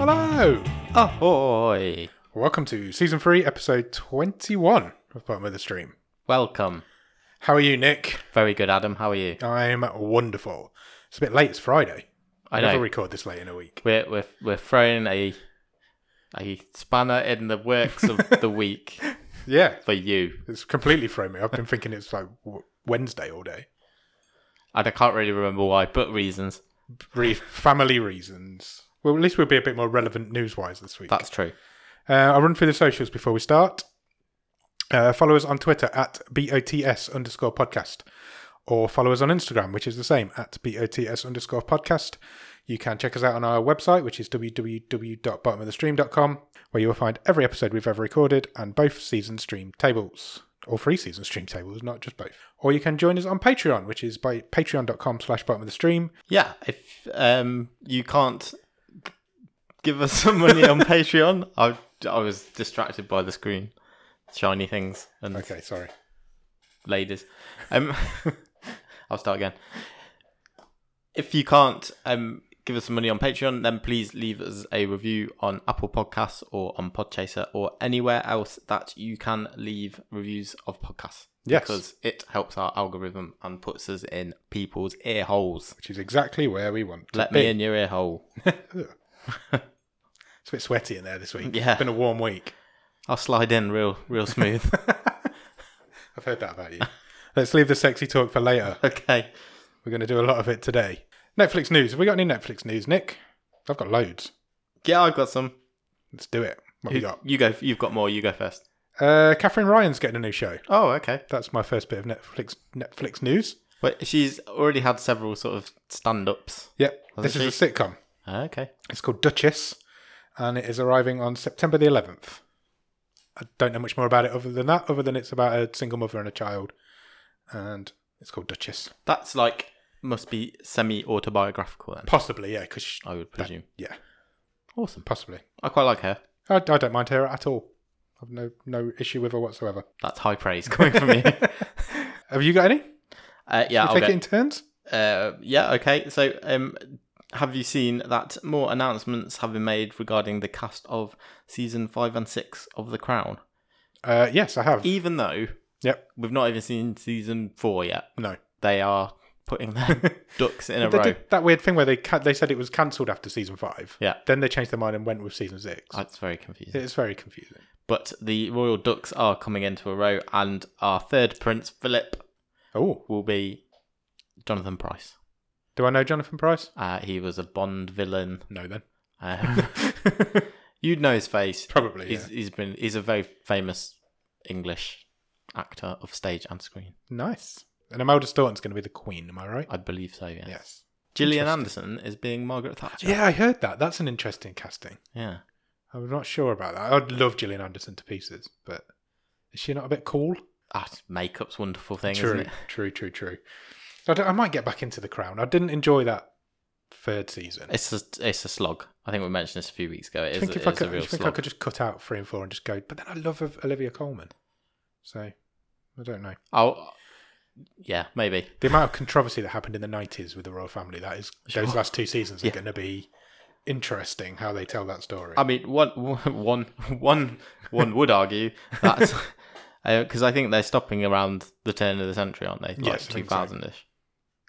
Hello. Ahoy! Welcome to season three, episode 21 of Bottom of the Stream. Welcome. How are you, Nick? Very good, Adam. How are you? I'm wonderful. It's a bit late, it's Friday. I Never know record this late in a week. we're we're we're throwing a a spanner in the works of the week Yeah, for you, it's completely thrown me. I've been thinking it's like w- Wednesday all day. and I can't really remember why, but reasons. Re- family reasons. Well, at least we'll be a bit more relevant news wise this week. That's true. Uh, I'll run through the socials before we start. Uh, follow us on Twitter at BOTS underscore podcast or follow us on Instagram, which is the same at BOTS underscore podcast. You can check us out on our website, which is www.bottomofthestream.com, where you will find every episode we've ever recorded and both season stream tables, or free season stream tables, not just both. Or you can join us on Patreon, which is by patreon.com slash bottom of the stream. Yeah, if um you can't give us some money on Patreon, I I was distracted by the screen, shiny things, and Okay, sorry. ladies. Um, I'll start again. If you can't um, give us some money on Patreon, then please leave us a review on Apple Podcasts or on Podchaser or anywhere else that you can leave reviews of podcasts. Yes. Because it helps our algorithm and puts us in people's ear holes. Which is exactly where we want to Let be. me in your ear hole. It's a bit sweaty in there this week. Yeah. It's been a warm week. I'll slide in real, real smooth. I've heard that about you. Let's leave the sexy talk for later. okay. We're going to do a lot of it today. Netflix news. Have we got any Netflix news, Nick? I've got loads. Yeah, I've got some. Let's do it. What You, have we got? you go. You've got more. You go first. Uh, Catherine Ryan's getting a new show. Oh, okay. That's my first bit of Netflix Netflix news. But she's already had several sort of stand-ups. Yep. Hasn't This is a sitcom. Okay. It's called Duchess, and it is arriving on September the 11th. I don't know much more about it other than that, other than it's about a single mother and a child, and it's called Duchess. That's like must be semi autobiographical then. Possibly, yeah, because I would presume. yeah, Awesome. possibly. I quite like her. I, I don't mind her at all. I've no no issue with her whatsoever. That's high praise coming from you. Have you got any? Uh, yeah, I'll Take go. it in turns. Uh, yeah, okay. So, um, have you seen that more announcements have been made regarding the cast of season five and six of The Crown? Uh, yes, I have. Even though Yep. we've not even seen season four yet, No. they are putting their ducks in a They row. did that weird thing where they ca- they said it was cancelled after season five. Yeah. Then they changed their mind and went with season six. That's very confusing. It's very confusing. But the royal ducks are coming into a row, and our third prince, Philip, Oh, will be Jonathan Price. do I know Jonathan Price? Uh, he was a Bond villain. No, then Um, you'd know his face. probably. He's, yeah. he's been he's a very famous English actor of stage and screen. Nice. And Imelda Staunton's going to be the queen. Am I right? I believe so. Yeah. Yes. Gillian Anderson is being Margaret Thatcher. Yeah, I heard that. That's an interesting casting. Yeah. I'm not sure about that. I'd love Gillian Anderson to pieces, but is she not a bit cool? Ah, makeup's a wonderful thing, True, isn't it? true, true, true. I, don't- I might get back into the crown. I didn't enjoy that third season. It's a it's a slog. I think we mentioned this a few weeks ago. It I is, think if it I is could, a I real think I slog. could just cut out three and four and just go. But then I love Ov- Olivia Coleman, so I don't know. I'll, yeah, maybe. The amount of controversy that happened in the nineties with the royal family that is those Sure. last two seasons are Yeah. going to be interesting how they tell that story. I mean, one, one, one, one would argue that because I think they're stopping around the turn of the century, aren't they? Like Yes, I two think so. thousand ish.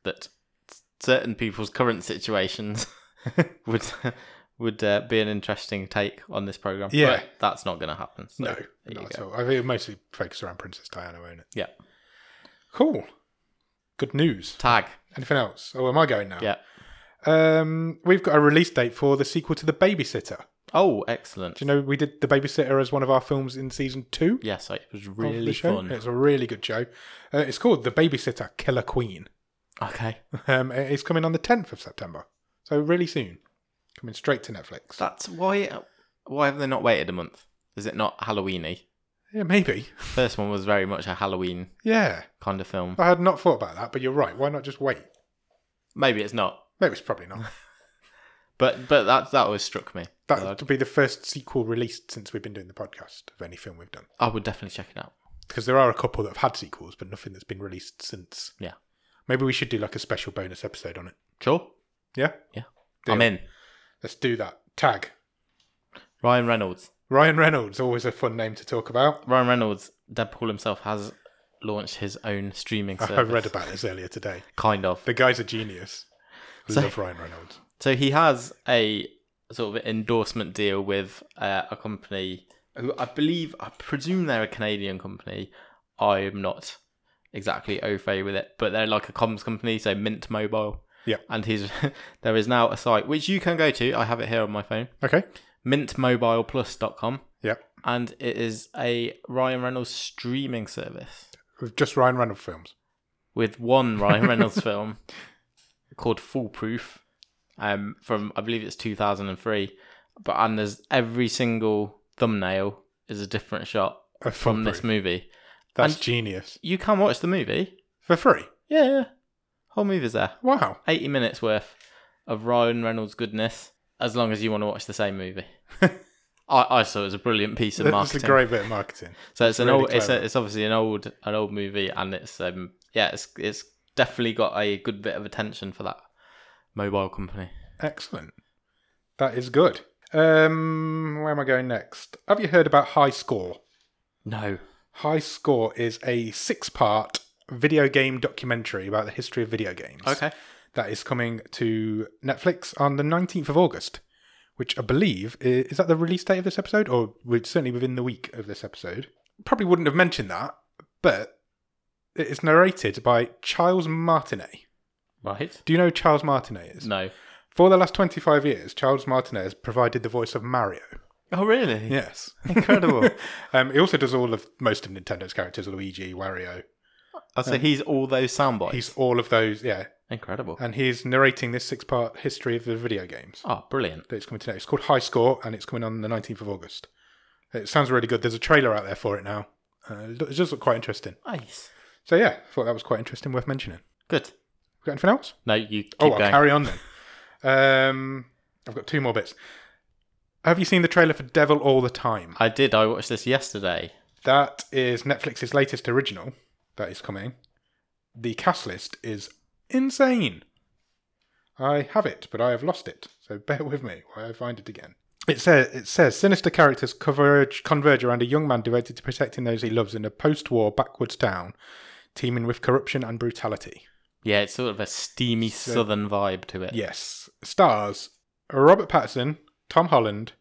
That certain people's current situations would would uh, be an interesting take on this program. Yeah. but that's not going to happen. So no, there you not at go. all. I think it mostly focused around Princess Diana, won't it? Yeah, Cool. Good news. tag. Anything else? Oh, am I going now? Yeah. Um, we've got a release date for the sequel to The Babysitter. Oh, excellent. Do you know we did The Babysitter as one of our films in season two? Yes, it was of the really show? fun. It's a really good show. Uh, it's called The Babysitter Killer Queen. Okay, Um, it's coming on the 10th of September. So really soon. Coming straight to Netflix. that's why. Why have they not waited a month? Is it not Halloweeny? yeah, maybe. First one was very much a Halloween Yeah. kind of film. I had not thought about that, but you're right. Why not just wait? Maybe it's not, Maybe it's probably not. but but that that always struck me. That Well, would be the first sequel released since we've been doing the podcast of any film we've done. I would definitely check it out. Because there are a couple that have had sequels, but nothing that's been released since. Yeah. Maybe we should do like a special bonus episode on it. Sure, Yeah? Yeah. Deal. I'm in. Let's do that. Tag. Ryan Reynolds. Ryan Reynolds, always a fun name to talk about. Ryan Reynolds, Deadpool himself, has launched his own streaming service. I read about this earlier today. Kind of. The guy's a genius. I So- Love Ryan Reynolds. So he has a sort of endorsement deal with uh, a company who I believe, I presume they're a Canadian company. I'm not exactly au fait with it, but they're like a comms company, so Mint Mobile. Yeah. And he's there is now a site which you can go to. I have it here on my phone. Okay. mintmobileplus.com Yeah. and it is a Ryan Reynolds streaming service With Just Ryan Reynolds films. with one Ryan Reynolds film called Foolproof um, from I believe it's 2003 but and there's every single thumbnail is a different shot A from fun this proof. movie. That's and- genius. You can watch the movie. For free. Yeah, yeah. Whole movie's there. Wow. 80 minutes worth of Ryan Reynolds goodness as long as you want to watch the same movie. I, I saw it was a brilliant piece of That's a marketing. great bit of marketing. So it's an really old. It's, a, clever. it's obviously an old an old movie, and it's um yeah, it's it's definitely got a good bit of attention for that mobile company. Excellent. That is good. Um, where am I going next? Have you heard about High Score? No, High Score is a six part video game documentary about the history of video games. okay, That is coming to Netflix on the 19th of August, which I believe i- is that the release date of this episode, or would- certainly within the week of this episode. Probably wouldn't have mentioned that, but it is narrated by Charles Martinet. right? Do you know who Charles Martinet is? No. For the last 25 years, Charles Martinet has provided the voice of Mario. Oh really? Yes. Incredible. um, he also does all of most of Nintendo's characters Luigi, Wario. oh, so he's all those soundbites. He's all of those, yeah. incredible. And he's narrating this six part history of the video games Oh, brilliant. that it's coming to now. It's called High Score and it's coming on the 19th of August. It sounds really good. There's a trailer out there for it now. Uh, it does look quite interesting. Nice. So, yeah, I thought that was quite interesting, worth mentioning. Good. Got anything else? No, you keep oh, I'll going. carry on then. um, I've got two more bits. Have you seen the trailer for Devil All the Time? I did. I watched this yesterday. That is Netflix's latest original that is coming. The cast list is insane. I have it, but I have lost it, so bear with me while I find it again. It says, it says sinister characters converge, converge around a young man devoted to protecting those he loves in a post war backwoods town, teeming with corruption and brutality. Yeah, it's sort of a steamy So- southern vibe to it. Yes. Stars Robert Pattinson, Tom Holland,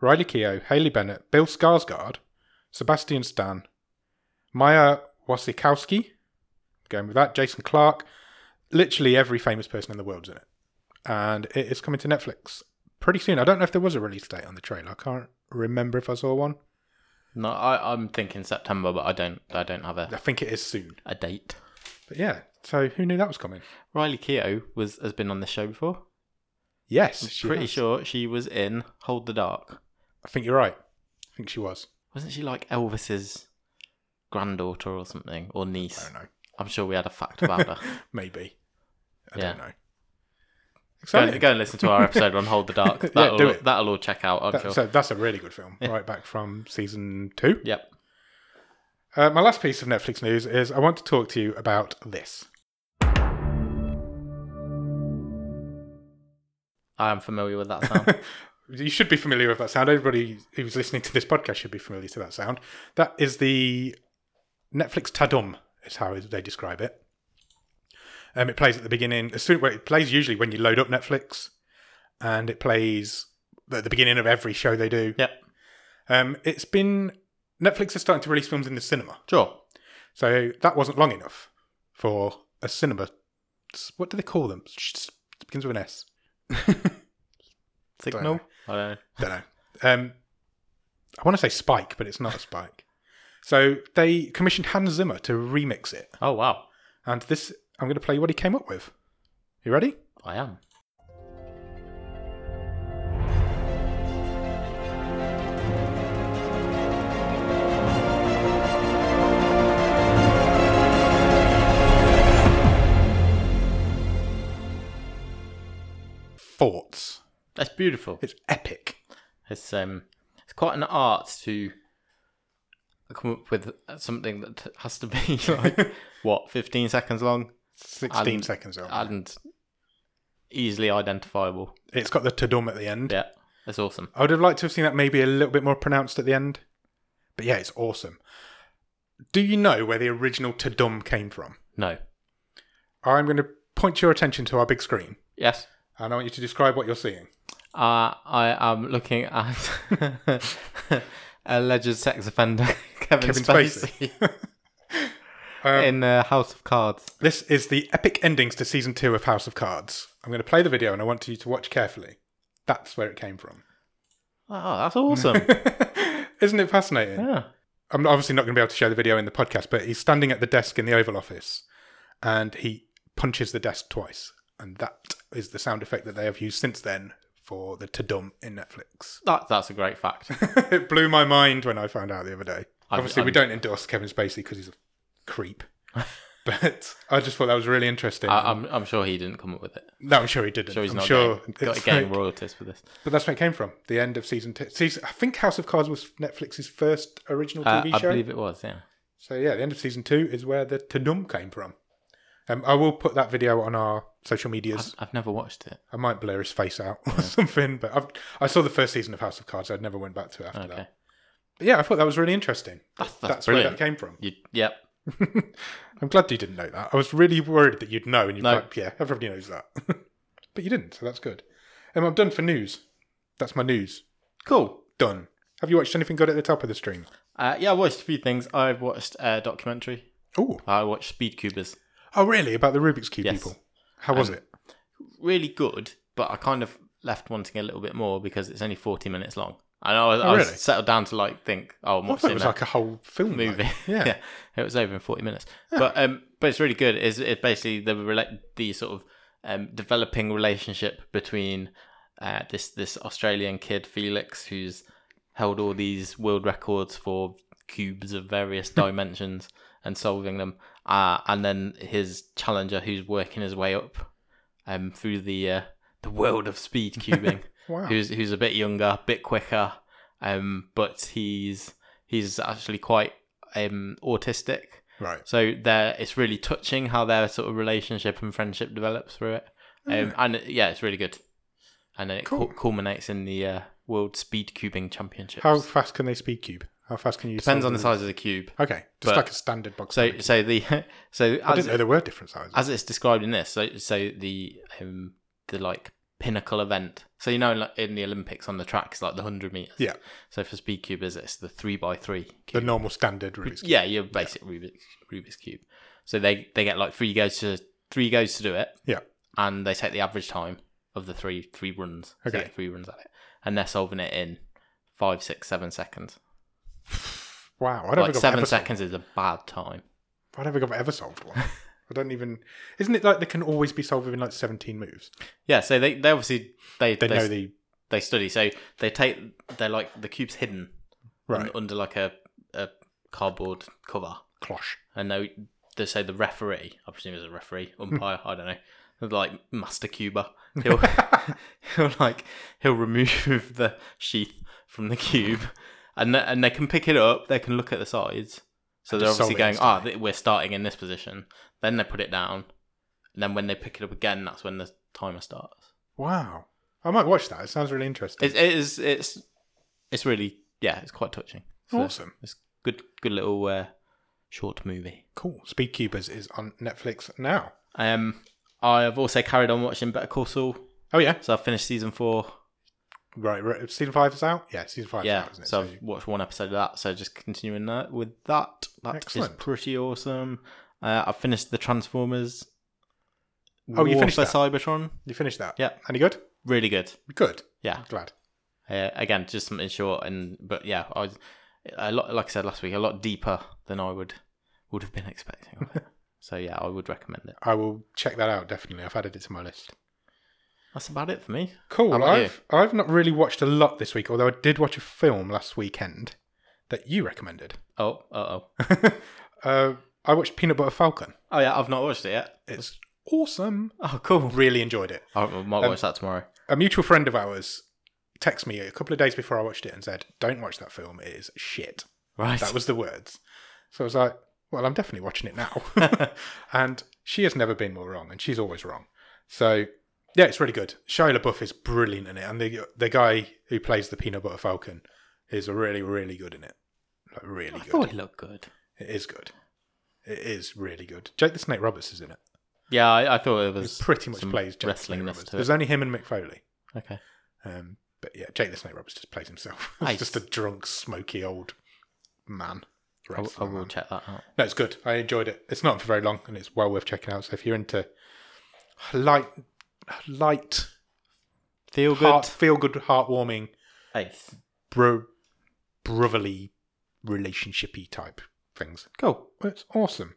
Riley Keough, Haley Bennett, Bill Skarsgård, Sebastian Stan, Maya Wasikowski, going with that, Jason Clark. Literally every famous person in the world's in it. And it is coming to Netflix pretty soon. I don't know if there was a release date on the trailer. I can't remember if I saw one. No, I, I'm thinking September, but I don't. I don't have I a, think it is soon. a date. But yeah, so who knew that was coming? Riley Keough was has been on this show before. Yes, she pretty was. sure she was in Hold the Dark. I think you're right. I think she was. Wasn't she like Elvis's granddaughter or something or I niece? don't know. I'm sure we had a fact about her. Maybe. I Yeah. don't know. go, Exciting. go and listen to our episode on Hold the Dark. Yeah, That'll, do it. that'll all check out. I'm That- sure. So that's a really good film, right back from season two. yep. Uh, my last piece of Netflix news is I want to talk to you about this. I am familiar with that sound. You should be familiar with that sound. Everybody who's listening to this podcast should be familiar to that sound. That is the Netflix Tadum, is how they describe it. Um, it plays at the beginning. As soon, well, it plays usually when you load up Netflix, and it plays at the beginning of every show they do. yep. Um, it's been Netflix is starting to release films in the cinema. Sure. So that wasn't long enough for a cinema. What do they call them? It begins with an S. Signal. I don't know. Don't know. Um, I want to say Spike, but it's not a Spike. So they commissioned Hans Zimmer to remix it, Oh wow. and this I'm going to play you what he came up with. You ready? I am. Thoughts. That's beautiful. It's epic. It's um, it's quite an art to come up with something that has to be like what 15 seconds long 16 And- seconds. Long. and easily identifiable. It's got the tadum at the end. Yeah, That's awesome. I would have liked to have seen that maybe a little bit more pronounced at the end. But yeah, it's awesome. Do you know where the original Tudum came from? No. I'm going to point your attention to our big screen Yes. and I want you to describe what you're seeing. Uh, I am looking at alleged sex offender Kevin, Kevin Spacey, Um, in uh, House of Cards. This is the epic endings to season two of House of Cards. I'm going to play the video and I want you to watch carefully. That's where it came from. Oh, that's awesome. Isn't it fascinating? yeah. I'm obviously not going to be able to show the video in the podcast, but he's standing at the desk in the Oval Office and he punches the desk twice. And that is the sound effect that they have used since then for the Tudum in Netflix. That, that's a great fact. it blew my mind when I found out the other day. I'm- obviously, we I'm- don't endorse Kevin Spacey because he's a creep. But I just thought that was really interesting. I, I'm, I'm sure he didn't come up with it. no, I'm sure he didn't. Sure, he's I'm not sure getting, got it's getting like- royalties for this. But that's where it came from. The end of season two. Season, I think House of Cards was Netflix's first original Uh, TV I show. believe it was. Yeah. So yeah, the end of season two is where the Tanum came from. Um, I will put that video on our social medias. I've never watched it. I might blur his face out or something, but I've, I saw the first season of House of Cards. I never went back to it after Okay. that. But yeah, I thought that was really interesting. That's, that's, That's, where brilliant. that came from. You, yep. I'm glad you didn't know that. I was really worried that you'd know, and you're No. like, yeah, everybody knows that. but you didn't, so that's good. Um, I'm done for news. That's my news. Cool. Done. Have you watched anything good at the top of the stream? Uh, yeah, I watched a few things. I've watched a documentary. Oh, I watched Speed Cubers. oh, really? About the Rubik's Cube Yes. people? How was Um, it? Really good, but I kind of left wanting a little bit more because it's only 40 minutes long. And I was, Oh, I was really? settled down to like think, oh, I'm I thought watching it was that like a whole film though. movie. Yeah. it was over in 40 minutes. But um, but it's really good. It's, it's basically the rela- the sort of um, developing relationship between uh, this this Australian kid Felix who's held all these world records for cubes of various dimensions and solving them, uh, and then his challenger who's working his way up um, through the uh, the world of speed cubing Wow. who's who's a bit younger, bit quicker, um, but he's he's actually quite um autistic. Right. So there, it's really touching how their sort of relationship and friendship develops through it. Um, and it- yeah, it's really good, and it Mm. Cool. cul- culminates in the uh, World Speed Cubing Championships. How fast can they speed cube? How fast can you? Depends solve on the size of the cube. Okay, just but- like a standard box. So cube. so the so I as, didn't know there were different sizes. as it's described in this, so so the um the like pinnacle event. So you know, in, like, in the Olympics on the tracks, like the hundred meters. Yeah. So for speed cubers, it's the three by three. the Cube. normal standard Rubik's cube. yeah, your basic Rubik's Rubik's cube. So they they get like three goes to three goes to do it. Yeah. And they take the average time of the three three runs. So you Okay. get three runs at it, and they're solving it in five, six, seven seconds. Wow, I don't Like think I've seven ever, seconds is a bad time. I don't think I've ever solved one. I don't even. Isn't it like they can always be solved within like seventeen moves? Yeah. So they they obviously they They they, know the they study. So they take they're like the cube's hidden un- right under like a a cardboard cover. cloche. and they they say the referee, I presume it's a referee, umpire, I don't know, like Master Cuba. He'll he'll like he'll remove the sheath from the cube, and th- and they can pick it up. They can look at the sides, so they're just obviously solve it going, ah, th- we're starting in this position. Then they put it down, and then when they pick it up again, that's when the timer starts. Wow, I might watch that. It sounds really interesting. It, it is it's it's really yeah, it's quite touching. So awesome, It's good good little uh, short movie. cool. Speed Cubers is on Netflix now. Um, I have also carried on watching Better Call Saul, Oh yeah, so I've finished season four. right. right. Season five is out. Yeah, season five. is yeah, out, isn't it? so I've watched one episode of that. So just continuing that with that. That is Excellent. pretty awesome. Uh, I finished the Transformers. Oh, you War finished for that? Cybertron. you finished that. Yeah. Any good? Really good. Good. Yeah. Glad. Uh, again, just something short and but yeah, I was, a lot like I said last week, a lot deeper than I would would have been expecting. of it. so yeah, I would recommend it. I will check that out definitely. I've added it to my list. That's about it for me. Cool. How about I've I've not really watched a lot this week, although I did watch a film last weekend that you recommended. Oh, uh oh, uh, I watched Peanut Butter Falcon. oh yeah, I've not watched it yet. It's awesome. Oh, cool. Really enjoyed it. I might Um, watch that tomorrow. A mutual friend of ours texted me a couple of days before I watched it and said, "Don't watch that film. It is shit." Right. That was the words. So I was like, well, I'm definitely watching it now. and she has never been more wrong, and she's always wrong. So yeah, it's really good. Shia LaBeouf is brilliant in it, and the the guy who plays the Peanut Butter Falcon is really really good in it. Like really Oh, I good. thought he looked good. It is good. It is really good. Jake the Snake Roberts is in it. Yeah, I, I thought it He was pretty much some plays Jake the Snake wrestlingness Roberts. to it. There's only him and Mick Foley. Okay. Um, but yeah, Jake the Snake Roberts just plays himself. Nice. He's just a drunk, smoky old man. I, w- I Wrestler will man. check that out. No, it's good. I enjoyed it. It's not for very long, and it's well worth checking out. So if you're into light, light, Feel good. heart, feel good, heartwarming, Ace. bro, brotherly, relationshipy type things, Cool. it's awesome.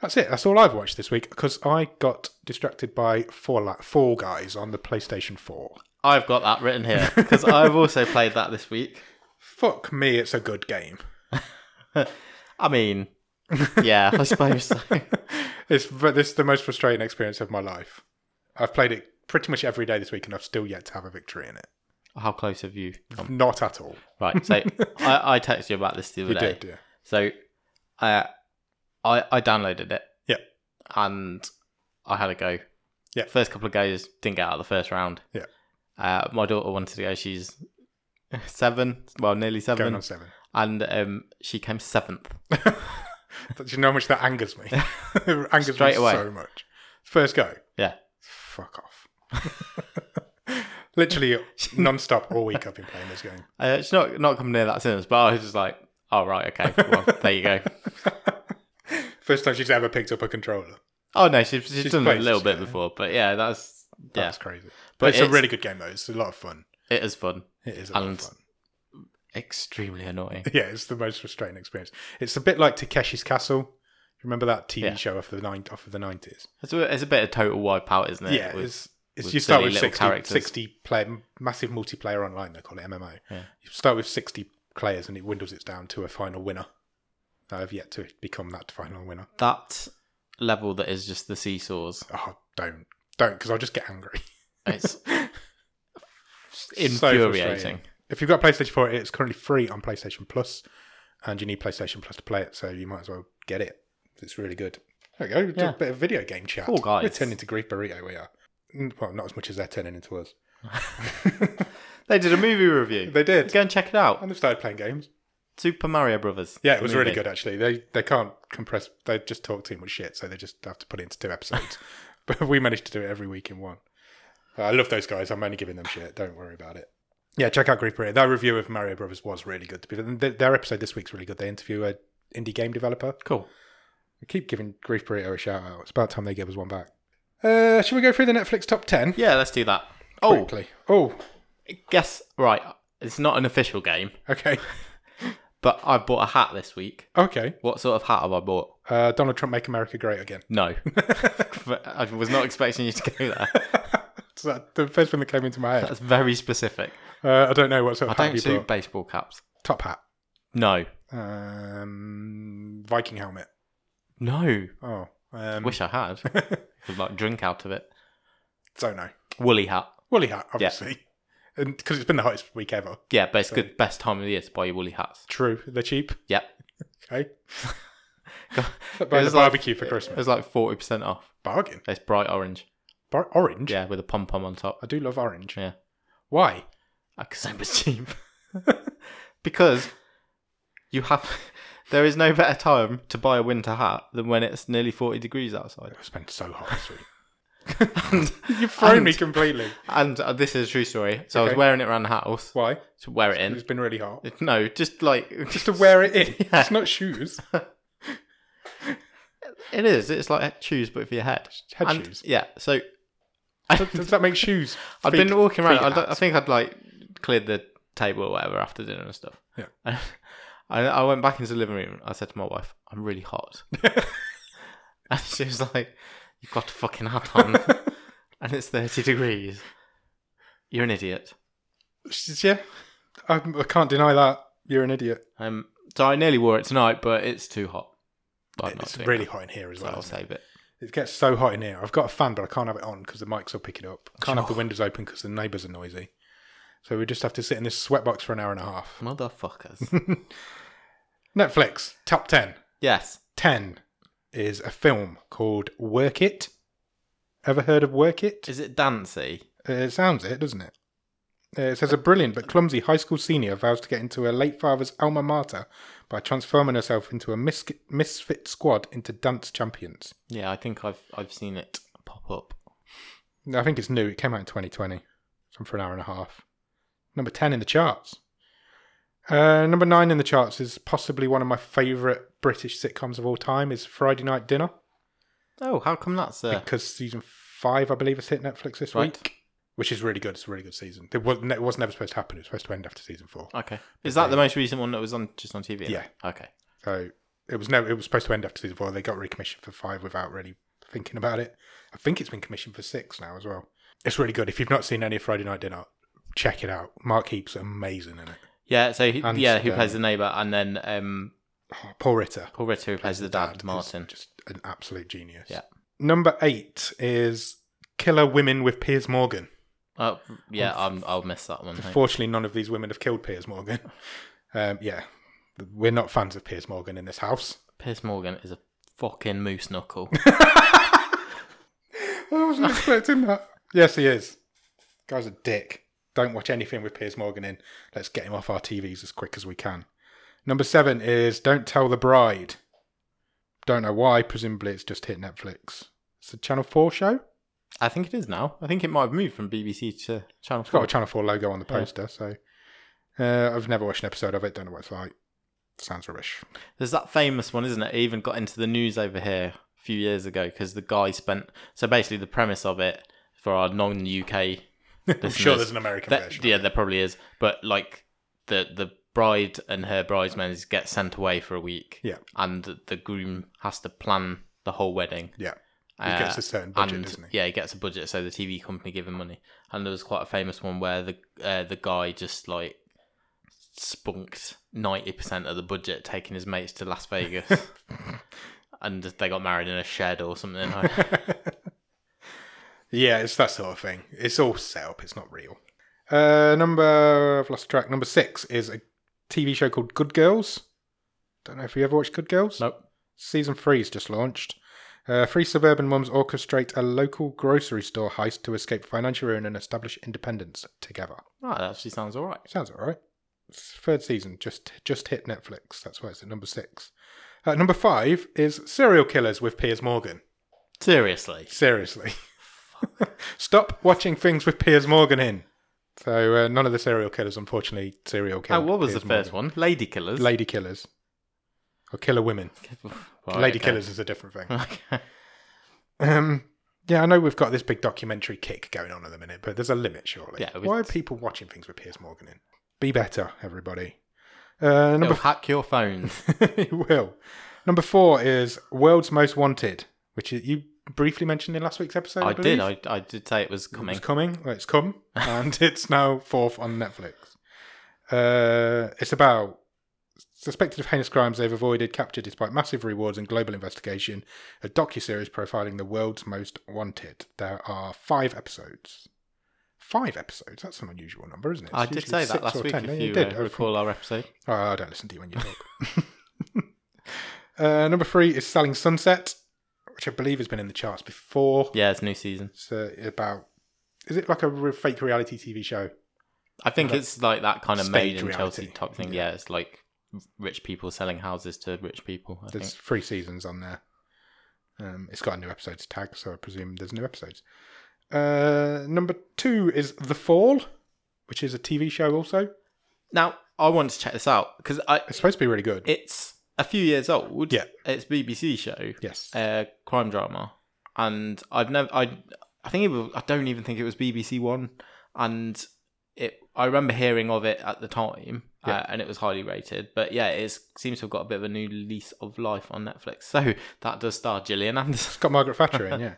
That's it. That's all I've watched this week because I got distracted by Fall Fall Guys on the PlayStation Four. I've got that written here because I've also played that this week. Fuck me, it's a good game. I mean, yeah, I suppose so. It's but this is the most frustrating experience of my life. I've played it pretty much every day this week, and I've still yet to have a victory in it. How close have you come? Not at all. Right, so I, I texted you about this the other You day. did, yeah. So uh, I I downloaded it. Yeah. And I had a go. Yeah. First couple of goes, didn't get out of the first round. Yeah. Uh, my daughter wanted to go. She's seven, well, nearly Going seven, on seven. and um, she came seventh. Do you know how much that angers me? It angers Straight me away. so much. First go. Yeah. Fuck off. Literally non-stop all week I've been playing this game. Uh, it's not not coming near that sentence, but I was just like, oh right, okay, well, there you go. First time she's ever picked up a controller. Oh no, she, she's, She's done it a played little it, bit yeah. before, but yeah, that's yeah, That's crazy. But But it's, it's- a really good game though. It's a lot of fun. it is fun, It is a lot And- of fun. extremely annoying. Yeah, it's the most frustrating experience. It's a bit like Takeshi's Castle. Remember that TV Yeah. show off of the nine off of the nineties? It's a, it's a bit of total wipeout, isn't it? Yeah, With- it's, it's with you start silly with little 60, characters. 60 player massive multiplayer online. They call it MMO. Yeah. You start with sixty players, and it windows it down to a final winner. I have yet to become that final winner. that level that is just the seesaws. Oh, don't don't, because I'll just get angry. It's So infuriating. frustrating. if you've got PlayStation Four, it's currently free on PlayStation Plus, and you need PlayStation Plus to play it, so you might as well get it. It's really good. There we go. we did Yeah. A bit of video game chat. Cool guys. We're turning into grief burrito. We are. Mm, Well, not as much as they're turning into us. they did a movie review. They did, Go and check it out. and they've started playing games. Super Mario Brothers. Yeah, it was the really movie. good actually. They they can't compress. They just talk too much shit, so they just have to put it into two episodes. but we managed to do it every week in one. Uh, I love those guys. I'm only giving them shit. Don't worry about it. Yeah, check out Grief Burrito. Their review of Mario Brothers was really good. To be th- their episode this week's really good. They interview a indie game developer. Cool. We keep giving Grief Burrito a shout out. It's about time they give us one back. Uh, should we go through the Netflix top ten? Yeah, let's do that. Oh, Quickly. Oh, guess right. It's not an official game, Oh, okay, but I bought a hat this week. okay. What sort of hat have I bought? Uh, Donald Trump make America great again. No, I was not expecting you to go there. It's that- the first thing that came into my head. That's very specific. Uh, I don't know what sort I of don't hat you do bought. baseball caps. Top hat. No, Um, Viking helmet. no. Oh, um, Wish I had. Could like drink out of it. don't know. Woolly hat. Woolly hat, obviously, and because it's been the hottest week ever. Yeah, but it's good best time of the year to buy your woolly hats. True, they're cheap. Yep. Okay, it buy the was like- barbecue for it Christmas. was like forty percent off. Bargain. It's bright orange. Bar- orange. Yeah, with a pom pom on top. I do love orange. Yeah, Why? because it was cheap. because you have, there is no better time to buy a winter hat than when it's nearly forty degrees outside. It's been so hot this week. and, You've thrown And- me completely. and uh, this is a true story. So I was Okay. wearing it around the house Why? to wear it It's in. been really hot. No, just like Just to wear it in. Yeah. It's not shoes. it is. It's like shoes, but for your head. Head And- shoes. Yeah. So Does that make shoes? I'd Feet- been walking around. feet I'd, I hats? think I'd like cleared the table or whatever after dinner and stuff. Yeah. And I, I went back into the living room. I said to my wife, "I'm really hot," and she was like, "You've got a fucking hat on, and it's thirty degrees. You're an idiot." Yeah, I, I can't deny that. You're an idiot. Um. So I nearly wore it tonight, but it's too hot. But I'm not It's doing really that, hot in here as so well. I'll isn't it? save it. It gets so hot in here. I've got a fan, but I can't have it on because the mics will pick it up. Can't have the Oh. windows open because the neighbours are noisy. So we just have to sit in this sweatbox for an hour and a half. Motherfuckers. Netflix, top 10. yes. 10 is a film called Work It. Ever heard of Work It? Is it Dancy? It sounds it, doesn't it? Uh, It says a brilliant but clumsy high school senior vows to get into her late father's alma mater by transforming herself into a mis- misfit squad into dance champions. Yeah, I think I've I've seen it pop up. I think it's new. It came out in 2020. It's on for an hour and a half. Number 10 in the charts. Uh, number 9 in the charts is possibly one of my favourite British sitcoms of all time is Friday Night Dinner Oh, how come that's uh, because season 5 I believe has hit Netflix this right? week, which is really good. It's a really good season. It was, it was never supposed to happen. It was supposed to end after season 4. Okay, is that the most recent one that was on just on TV? Yeah. Okay. So it was no, it was supposed to end after season four. They got recommissioned for five without really thinking about it. I think it's been commissioned for six now as well. It's really good. If you've not seen any of Friday Night Dinner, check it out. Mark Heap's amazing in it. Yeah. So he, And, yeah, who plays uh, the neighbor, and then um, Oh, Paul Ritter, Paul Ritter who plays the dad, is Martin. just an absolute genius. Yeah. Number eight is Killer Women with Piers Morgan. Oh, yeah, I'm, I'll miss that one. hey. Unfortunately, none of these women have killed Piers Morgan. Um, yeah, we're not fans of Piers Morgan in this house. Piers Morgan is a fucking moose knuckle. I wasn't expecting that. Yes, he is. Guy's a dick. Don't watch anything with Piers Morgan in. Let's get him off our TVs as quick as we can. Number seven is Don't Tell the Bride. Don't know why. Presumably it's just hit Netflix. It's a Channel 4 show. I think it is now. I think it might have moved from BBC to Channel It's got Four. a Channel 4 logo on the poster, so. Uh, I've never watched an episode of it. Don't know what it's like. Sounds rubbish. There's that famous one, isn't it? It even got into the news over here a few years ago because the guy spent. So basically, the premise of it for our non-UK I'm sure there's an American That- version. yeah, there probably is. But like the the bride and her bridesmaids get sent away for a week. Yeah. And the groom has to plan the whole wedding. Yeah. He gets a certain budget, and doesn't he? yeah, he gets a budget, so the TV company give him money. And there was quite a famous one where the uh, the guy just like spunked ninety percent of the budget, taking his mates to Las Vegas, and they got married in a shed or something. Oh, Yeah, it's that sort of thing. It's all set up. It's not real. Uh, number I've lost track. Number six is a TV show called Good Girls. Don't know if you ever watched Good Girls. nope. Season three's just launched. Uh, three suburban mums orchestrate a local grocery store heist to escape financial ruin and establish independence together. Oh, that actually sounds all right. Sounds all right. It's third season just just hit Netflix. That's why it's at number six. At number five is Serial Killers with Piers Morgan. Seriously. Seriously. Stop watching things with Piers Morgan in. So uh, none of the serial killers, unfortunately, serial Oh, killers. what was the first one? Lady Killers. Lady killers. Or killer women. Right, Lady Oh, okay. killers is a different thing. Okay. um, yeah, I know we've got this big documentary kick going on at the minute, but there's a limit, surely. Yeah, we- Why are people watching things with Piers Morgan in? Be better, everybody. Uh, It'll number hack your phone. it will. Number four is World's Most Wanted, which is, you briefly mentioned in last week's episode. I, I believe. did. I, I did say it was coming. It's coming. Well, it's come, and it's now fourth on Netflix. Uh, it's about suspected of heinous crimes they've avoided, captured despite massive rewards and global investigation. A docuseries profiling the world's most wanted. There are five episodes. Five episodes. That's an unusual number, isn't it? I It's did usually say that six last or week. 10. If Yeah, you, you did. uh, I recall our episode, Oh, I don't listen to you when you talk. uh, number three is Selling Sunset, which I believe has been in the charts before. yeah, it's new season. It's uh, about. Is it like a re- fake reality TV show? I think it's like that kind of made Stage in Chelsea reality. type thing. Yeah. it's like rich people selling houses to rich people. I There's think. three seasons on there. Um, it's got a new episodes tag, so I presume there's new episodes. Uh, number two is The Fall, which is a TV show also. Now I want to check this out because I It's supposed to be really good. it's a few years old. Yeah. it's BBC show. yes. uh, crime drama, and I've never I I think it was, I don't even think it was BBC One, and it I remember hearing of it at the time, uh, Yeah. and it was highly rated. But yeah, it seems to have got a bit of a new lease of life on Netflix. So that does star Gillian Anderson. it's got Margaret Thatcher in, yeah.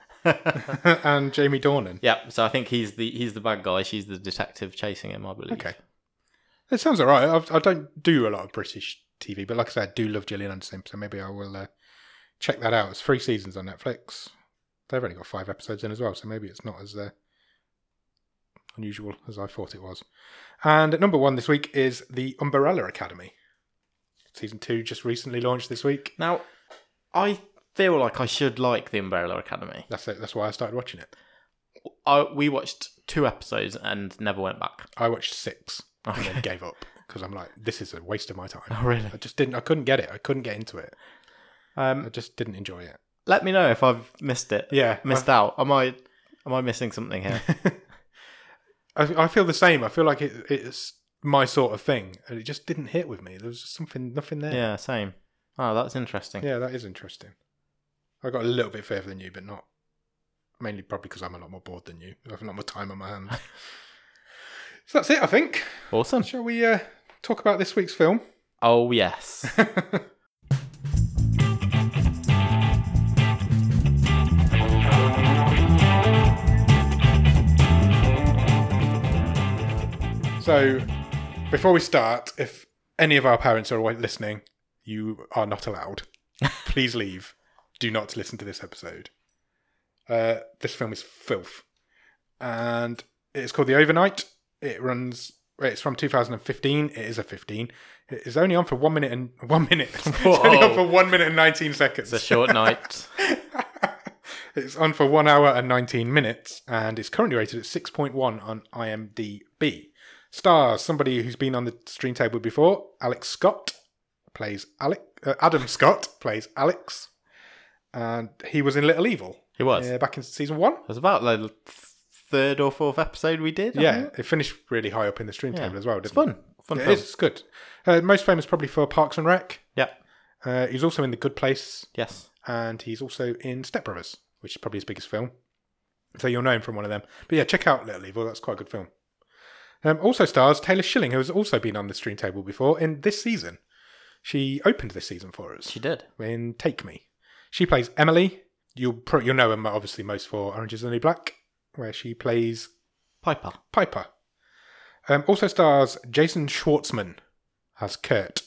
and Jamie Dornan. Yeah, so I think he's the he's the bad guy. She's the detective chasing him, I believe. Okay. It sounds all right. I've, I don't do a lot of British TV, but like I said, I do love Gillian Anderson, so maybe I will uh, check that out. It's three seasons on Netflix. They've only got five episodes in as well, so maybe it's not as uh, unusual as I thought it was. And at number one this week is The Umbrella Academy. Season two just recently launched this week. Now, I feel like I should like The Umbrella Academy. That's it. That's why I started watching it. I, we watched two episodes and never went back. I watched six and Okay. then gave up because I'm like, this is a waste of my time. Oh, really? I just didn't. I couldn't get it. I couldn't get into it. I Um, just didn't enjoy it. let me know if I've missed it. Yeah, Missed out. Am I am I missing something here? I, I feel the same. I feel like it, it's my sort of thing, and it just didn't hit with me. There was just something, nothing there. yeah, same. Oh, that's interesting. Yeah, that is interesting. I got a little bit further than you, but not mainly probably because I'm a lot more bored than you. I have a lot more time on my hands. so that's it, I think. Awesome. Shall we uh, talk about this week's film? Oh yes. So, before we start, if any of our parents are wa- listening, you are not allowed. Please leave. Do not listen to this episode. Uh, this film is filth, and it's called The Overnight. It runs. It's from 2015. It is a 15. It is only on for one minute and one minute. it's only on Whoa. for one minute and 19 seconds. It's a short night. it's on for one hour and 19 minutes and is currently rated at 6.1 on IMDb. Stars somebody who's been on the stream table before. Alex Scott plays Alec. Uh, Adam Scott plays Alex, and he was in Little Evil. It was. uh, back in season one. It was about like the th- third or fourth episode we did. I Yeah, think. it finished really high up in the stream table as well. Didn't It's fun. Fun It film. is. It's good. Uh, most famous probably for Parks and Rec. Yeah. Uh, he's also in The Good Place, Yes. and he's also in Step Brothers, which is probably his biggest film. So you'll know him from one of them. But yeah, check out Little Evil. That's quite a good film. Um, also stars Taylor Schilling, who has also been on the stream table before in this season. She opened this season for us She did. in Take Me. She plays Emily. You'll pro- you'll know her obviously most for Orange Is the New Black, where she plays Piper. Piper. Um, also stars Jason Schwartzman as Kurt,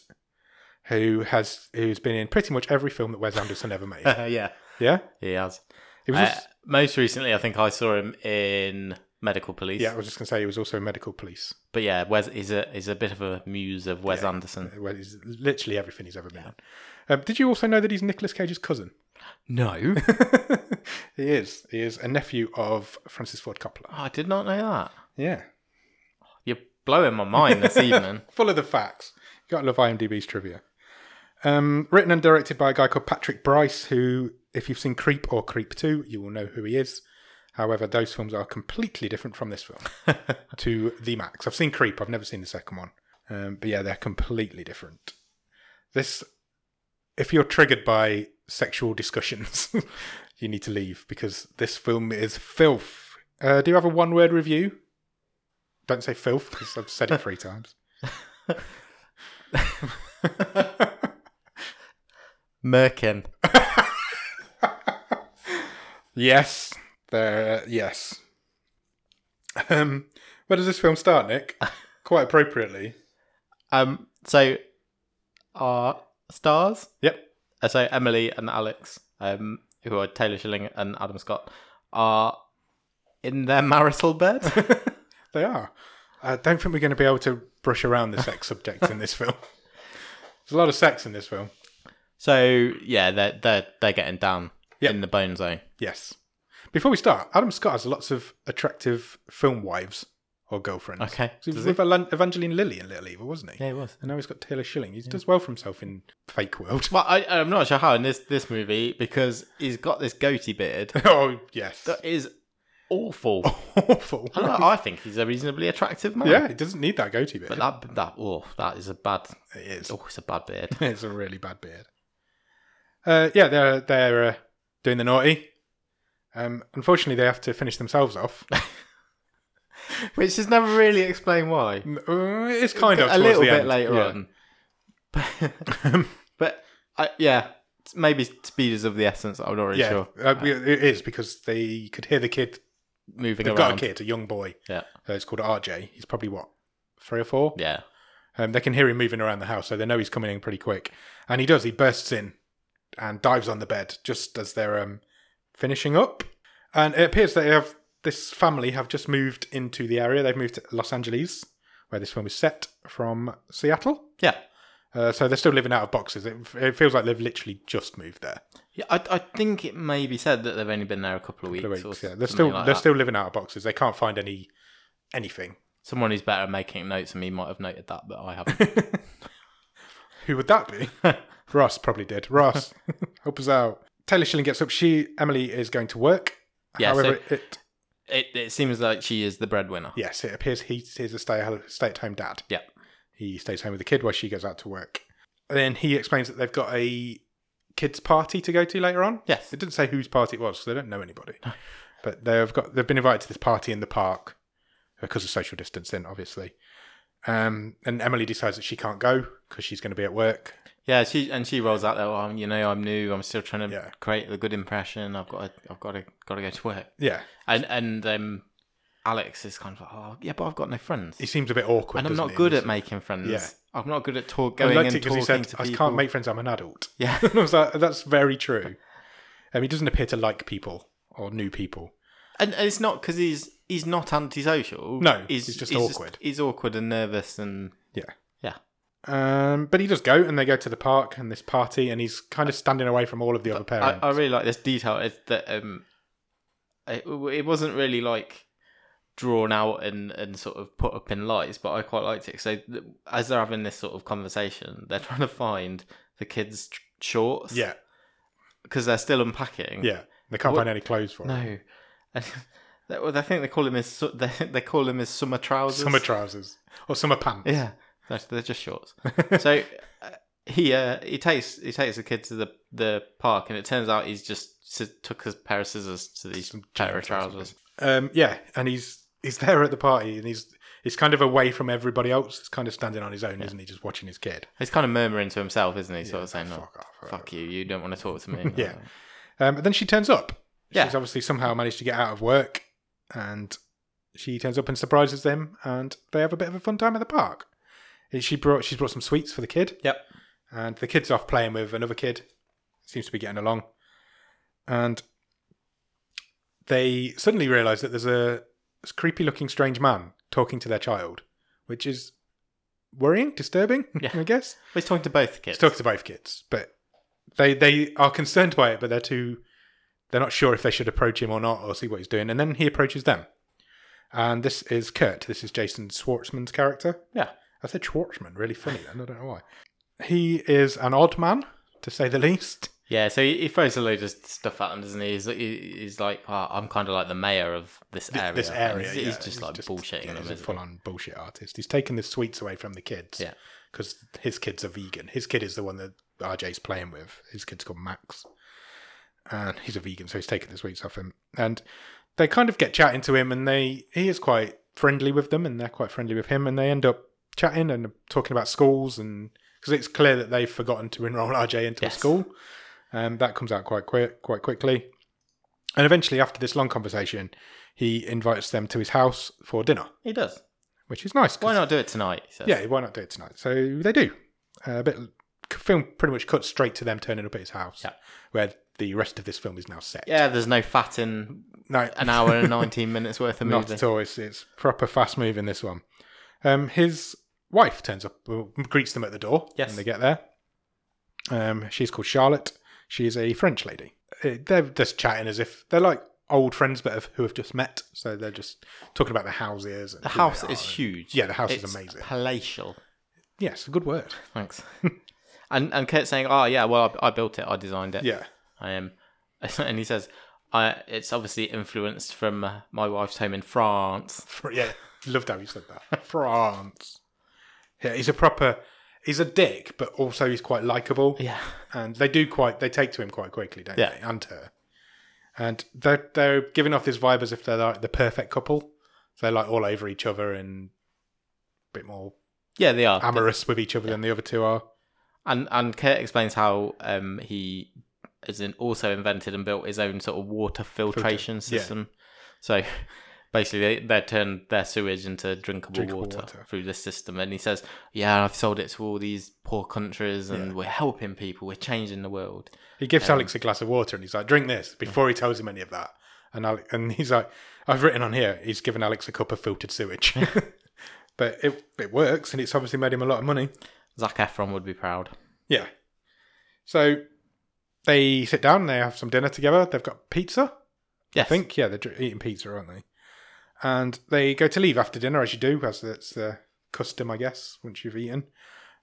who has who's been in pretty much every film that Wes Anderson ever made. yeah. Yeah, He has. it was. Uh, just- most recently, I think I saw him in Medical Police. yeah, I was just gonna say he was also in Medical Police. But yeah, Wes is a is a bit of a muse of Wes Anderson. Well, he's literally everything he's ever been in. Um, did you also know that he's Nicolas Cage's cousin? No, he is. He is a nephew of Francis Ford Coppola. I did not know that. Yeah, You're blowing my mind this evening. full of the facts. You gotta love IMDb's trivia. Um, written and directed by a guy called Patrick Bryce, who, if you've seen Creep or Creep 2, you will know who he is. However, those films are completely different from this film to the max. I've seen Creep, I've never seen the second one. Um, but yeah, they're completely different. This, if you're triggered by sexual discussions, you need to leave because this film is filth. Uh, do you have a one word review? Don't say filth because I've said it three times. Merkin. Yes. There. Yes. Um, where does this film start, Nick? Quite appropriately. Um. So, our stars. Yep. Uh, So Emily and Alex, um, who are Taylor Schilling and Adam Scott, are in their marital bed. They are. I don't think we're going to be able to brush around the sex subject in this film. There's a lot of sex in this film. so yeah, they're they're they're getting down Yeah. in the bone zone. Yes. Before we start, Adam Scott has lots of attractive film wives or girlfriends. Okay. He was Does it? with Evan- Evangeline Lilly in Little Evil, wasn't he? Yeah, it was. And now he's got Taylor Schilling. He does well for himself in Fake World. Well, I, I'm not sure how in this this movie because he's got this goatee beard oh, yes. that is awful. Awful. I, don't know, I think he's a reasonably attractive man. Yeah, he doesn't need that goatee beard. But that that oh that is a bad it is. oh it's a bad beard. It's a really bad beard. Uh, yeah, they're they're uh, doing the naughty. Um, unfortunately, they have to finish themselves off. Which is never really explained why. Mm, uh, it's kind of a towards little the bit end, later yeah. on. But, but I, yeah, maybe speed is of the essence. I'm not really Yeah, sure. uh, we- it is because they could hear the kid. Moving They've around. got a kid, a young boy. Yeah, Uh, it's called RJ. He's probably what three or four. yeah. Um, they can hear him moving around the house, so they know he's coming in pretty quick. And he does. He bursts in and dives on the bed just as they're um, finishing up. And it appears they have this family have just moved into the area. They've moved to Los Angeles, where this film is set, from Seattle. Yeah. Uh, so they're still living out of boxes. It, it feels like they've literally just moved there. Yeah, I, I think it may be said that they've only been there a couple of weeks. for or weeks, yeah. They're something still like they're that. still living out of boxes. They can't find any anything. Someone who's better at making notes than me might have noted that, but I haven't. Who would that be? Ross probably did. Ross, help us out. Taylor Schilling gets up. She Emily is going to work. Yeah, so- However, it it, it seems like she is the breadwinner. yes, it appears he is a stay stay at home dad. Yeah. He stays home with the kid while she goes out to work. And then he explains that they've got a kids' party to go to later on. Yes. It didn't say whose party it was, so they don't know anybody. But they've got they've been invited to this party in the park because of social distancing, obviously. Um, and Emily decides that she can't go because she's going to be at work. Yeah, she and she rolls out there. Oh, you know, I'm new. I'm still trying to Yeah. create a good impression. I've got, to, I've got to, got to go to work. Yeah, And and um, Alex is kind of like, oh, yeah, but I've got no friends, he seems a bit awkward. and I'm doesn't not he? good He's- at making friends. Yeah. I'm not good at talk, I going liked and it because talking he said, to "I people. can't make friends. I'm an adult." Yeah, and I was like, "That's very true." Um, he doesn't appear to like people or new people. and and it's not because he's he's not antisocial. No, he's just awkward. he's awkward and nervous, and Um, but he does go, and they go to the park and this party, and he's kind of standing away from all of the other I, parents. I really like this detail. Is that um, it, it wasn't really like drawn out and, and sort of put up in lights, but I quite liked it. So th- as they're having this sort of conversation, they're trying to find the kids' tr- shorts. yeah, because they're still unpacking. yeah. They can't What- find any clothes for him. No. And they, well, I think they call him his su- they, they call him his summer trousers. Summer trousers or summer pants. Yeah, they're, they're just shorts. so uh, he uh, he takes he takes the kid to the the park, and it turns out he's just s- took his pair of scissors to these Some pair jams of or trousers. Um, yeah, and he's he's there at the party, and he's he's kind of away from everybody else. He's kind of standing on his own, isn't he? Just watching his kid. He's kind of murmuring to himself, isn't he? Sort of saying, "Oh, Fuck off. fuck you, you don't want to talk to me." Uh, Yeah. Um, but then she turns up. Yeah. She's obviously somehow managed to get out of work, and she turns up and surprises them, and they have a bit of a fun time at the park. And She brought she's brought some sweets for the kid. Yep. And the kid's off playing with another kid. Seems to be getting along. And they suddenly realise that there's a creepy looking strange man talking to their child, which is worrying, disturbing, Yeah. I guess. But he's talking to both kids. It's talked to both kids, but they they are concerned by it, but they're too they're not sure if they should approach him or not or see what he's doing. And then he approaches them. And this is Kurt. This is Jason Schwartzman's character. Yeah. I said Schwartzman, really funny then, I don't know why. He is an odd man, to say the least. Yeah, so he, he throws a load of stuff at him, doesn't he? He's, he, he's like, oh, "I'm kind of like the mayor of this Th- area." This And area. He's, he's yeah, just like bullshitting yeah, them. He's a isn't he? full on bullshit artist. He's taken the sweets away from the kids. Yeah. Because his kids are vegan. His kid is the one that RJ's playing with. His kid's called Max. And he's a vegan, so he's taking the sweets off him. And they kind of get chatting to him, and they he is quite friendly with them, and they're quite friendly with him, and they end up chatting and talking about schools, and because it's clear that they've forgotten to enrol RJ into Yes. a school, um, that comes out quite quick, quite quickly. And eventually, after this long conversation, he invites them to his house for dinner, He does. which is nice. 'cause- Why not do it tonight? He says. Yeah, why not do it tonight? So they do. Uh, a bit film pretty much cuts straight to them turning up at his house, Yeah. where the rest of this film is now set. Yeah, there's no fat in No, an hour and 19 minutes worth of not movie. at all. It's, it's proper fast moving. This one. Um, his wife turns up, well, greets them at the door. Yes. when they get there. Um, she's called Charlotte. She is a French lady. Uh, They're just chatting as if they're like old friends, but have, who have just met. So they're just talking about their houses. And The who house they is are. huge. Yeah, the house is It's amazing. Palatial. Yes, a good word. Thanks. and and Kurt's saying, "Oh yeah, well I, I built it, I designed it. Yeah, I am." And he says, "I it's obviously influenced from uh, my wife's home in France." Fr- yeah. Loved how you said that. France. Yeah, he's a proper. He's a dick, but also he's quite likable. Yeah. and they do quite they take to him quite quickly, don't Yeah. they? And her, and they're they're giving off this vibe as if they're like the perfect couple. So they're like all over each other and a bit more Yeah, they are. amorous with each other than the other two are. And and Kurt explains how um he has in- also invented and built his own sort of water filtration yeah. system. So basically, they, they turned their sewage into drinkable, Drinkable water, water. through this system. And he says, "Yeah, I've sold it to all these poor countries, and we're helping people. We're changing the world." He gives Alex a glass of water and he's like, "Drink this." Before he tells him any of that, and Alec, and he's like, "I've written on here." He's given Alex a cup of filtered sewage, but it it works and it's obviously made him a lot of money. Zach Efron would be proud. Yeah. So they sit down, they have some dinner together, they've got pizza. Yes. I think, yeah, they're dr- eating pizza, aren't they? And they go to leave after dinner, as you do, as that's the custom, I guess, once you've eaten.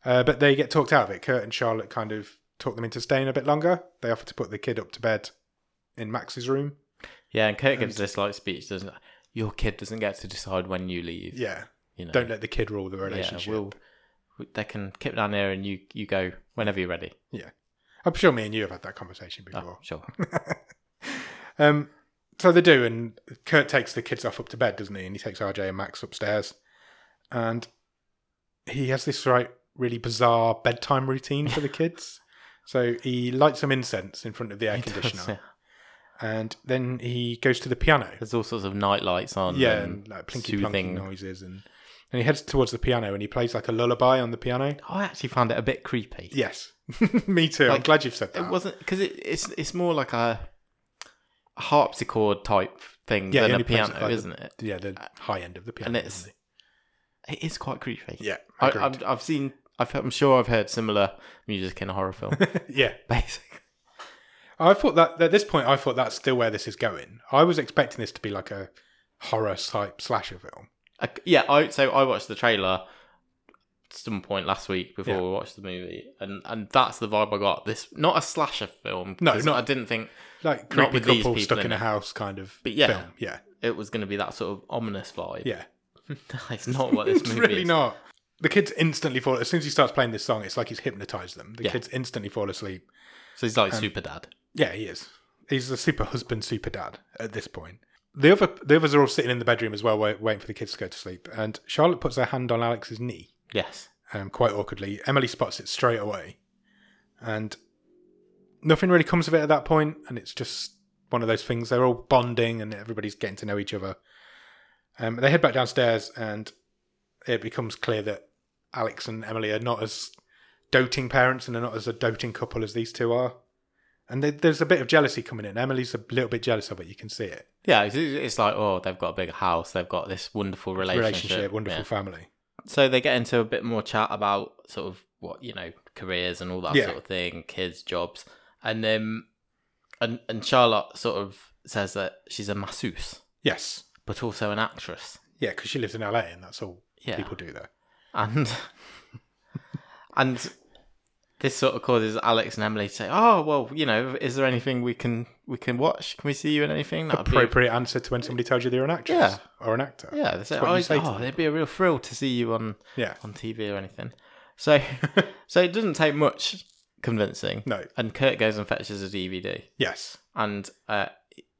Uh, but they get talked out of it. Kurt and Charlotte kind of talk them into staying a bit longer. They offer to put the kid up to bed in Max's room. Yeah, and Kurt gives this like speech, doesn't it? Your kid doesn't get to decide when you leave. Yeah, you know. don't let the kid rule the relationship. Yeah, we'll, we- they can keep down there and you, you go whenever you're ready. I'm sure me and you have had that conversation Oh, before. sure. Um, so they do, and Kurt takes the kids off up to bed, doesn't he? And he takes RJ and Max upstairs, and he has this right really bizarre bedtime routine for the kids. So he lights some incense in front of the air He does, conditioner, yeah. and then he goes to the piano. There's all sorts of night lights on. yeah, and and like plinky plonky um, soothing. noises, and and he heads towards the piano and he plays like a lullaby on the piano. I actually found it a bit creepy. Yes, me too. I'm Like, glad you've said that. It wasn't because it, it's it's more like a harpsichord type thing Yeah, he than only a plays it piano, like the- isn't it? yeah, the high end of the piano. And it's isn't it? it is quite creepy. yeah, I, agreed. I've, I've seen. I've, I'm sure I've heard similar music in a horror film. yeah. basically, I thought that at this point, I thought that's still where this is going. I was expecting this to be like a horror type slasher film. I, yeah. I so I watched the trailer at some point last week before Yeah. we watched the movie, and and that's the vibe I got. This not a slasher film. No, 'cause not- I didn't think Like creepy Not with these couple people stuck in in a it. house kind of But yeah. film. Yeah, it was going to be that sort of ominous vibe. yeah. it's not what this it's movie really is. not. The kids instantly fall. As soon as he starts playing this song, it's like he's hypnotized them. The Yeah. kids instantly fall asleep. So he's Um, like super dad. Yeah, he is. He's a super husband, super dad at this point. The other, the others are all sitting in the bedroom as well, wait, waiting for the kids to go to sleep. And Charlotte puts her hand on Alex's knee. Yes. um, quite awkwardly. Emily spots it straight away, and nothing really comes of it at that point, And it's just one of those things. They're all bonding, and everybody's getting to know each other. Um, they head back downstairs, and it becomes clear that Alex and Emily are not as doting parents, and are not as a doting couple as these two are. And there- there's a bit of jealousy coming in. Emily's a little bit jealous of it. You can see it. Yeah, it's, it's like oh, they've got a big house, they've got this wonderful relationship, Relationship, wonderful Yeah. family. So they get into a bit more chat about sort of what you know, careers and all that Yeah. sort of thing, kids, jobs, and um, and and Charlotte sort of says that she's a masseuse, Yes. but also an actress. Yeah, because she lives in LA, and that's all Yeah, people do there. and and this sort of causes Alex and Emily to say, "Oh, well, you know, is there anything we can we can watch? Can we see you in anything?" That'd be- appropriate answer to when somebody tells you they're an actress Yeah. or an actor. Yeah, they say, what oh, you it's- say to oh, them. it'd be a real thrill to see you on Yeah. on TV or anything. So, so it doesn't take much convincing. No. And Kurt goes and fetches a DVD. Yes. And uh,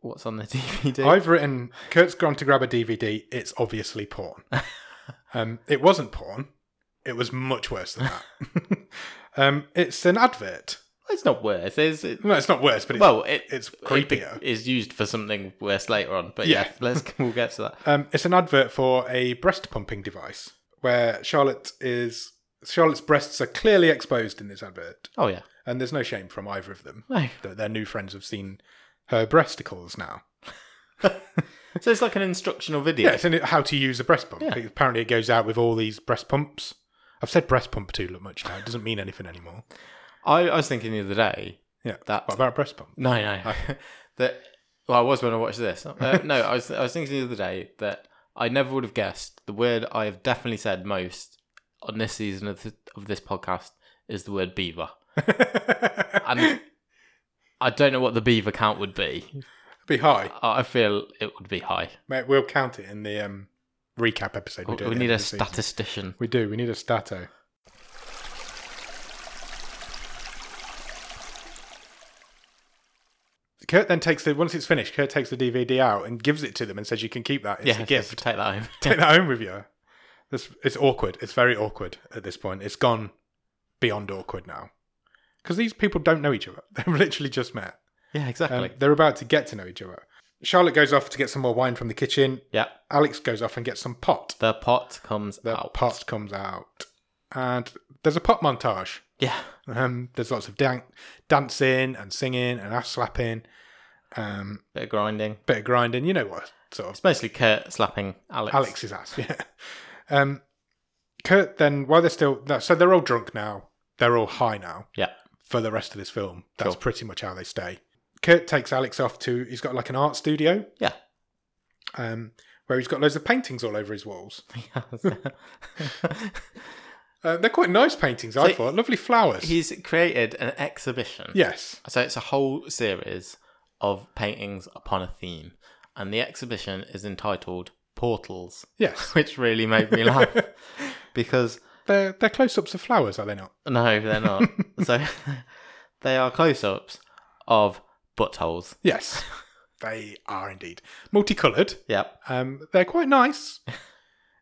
what's on the DVD? I've written Kurt's gone to grab a DVD. It's obviously porn. um, it wasn't porn. It was much worse than that. um, it's an advert. it's not worse. It's, it, No, it's not worse, but it's, well, it it's it be- creepier. is used for something worse later on. But Yeah. yeah, let's we'll get to that. Um, it's an advert for a breast pumping device where Charlotte is Charlotte's breasts are clearly exposed in this advert, Oh yeah, and there's no shame from either of them. no. That their new friends have seen her breasticles now. So it's like an instructional video. Yeah, it's in it, how to use a breast pump. Yeah. Apparently, it goes out with all these breast pumps. I've said breast pump too much now. It doesn't mean anything anymore. I, I was thinking the other day Yeah. that What about breast pump? No, no. that well, I was when I watched this. Uh, no, I was I was thinking the other day that I never would have guessed the word I have definitely said most on this season of this, of this podcast is the word beaver, and I don't know what the beaver count would be. Be high. I I feel it would be high. Mate, we'll count it in the um, recap episode. Oh, We, do at the need end a of the season. statistician. We do. We need a stato. Kurt then takes the once it's finished. Kurt takes the DVD out and gives it to them and says, "You can keep that. It's Yeah, a just gift. take that home. take that home with you. This it's awkward. It's very awkward at this point. It's gone beyond awkward now because these people don't know each other. They've literally just met. yeah, Um, exactly. They're about to get to know each other. Charlotte goes off to get some more wine from the kitchen. yeah, Alex goes off and gets some pot. the pot comes The out. pot comes out, and there's a pot montage. Yeah, Um, there's lots of dan- dancing and singing and ass slapping, um, bit of grinding. bit of grinding. You know what sort of It's mostly Kurt slapping Alex. Alex's ass. Yeah. Um, Kurt then, while they're still, no, so they're all drunk now. They're all high now. Yeah. For the rest of this film, that's Cool. pretty much how they stay. Kurt takes Alex off to. He's got like an art studio. Yeah. Um, where he's got loads of paintings all over his walls. Uh, they're quite nice paintings, I So- thought. Lovely flowers. He's created an exhibition. yes. So it's a whole series of paintings upon a theme, and the exhibition is entitled Portals, Yes. which really made me laugh because They're they're close ups of flowers, are they not? no, they're not. so they are close-ups of buttholes. Yes. they are indeed multicolored. Yep. Um, they're quite nice,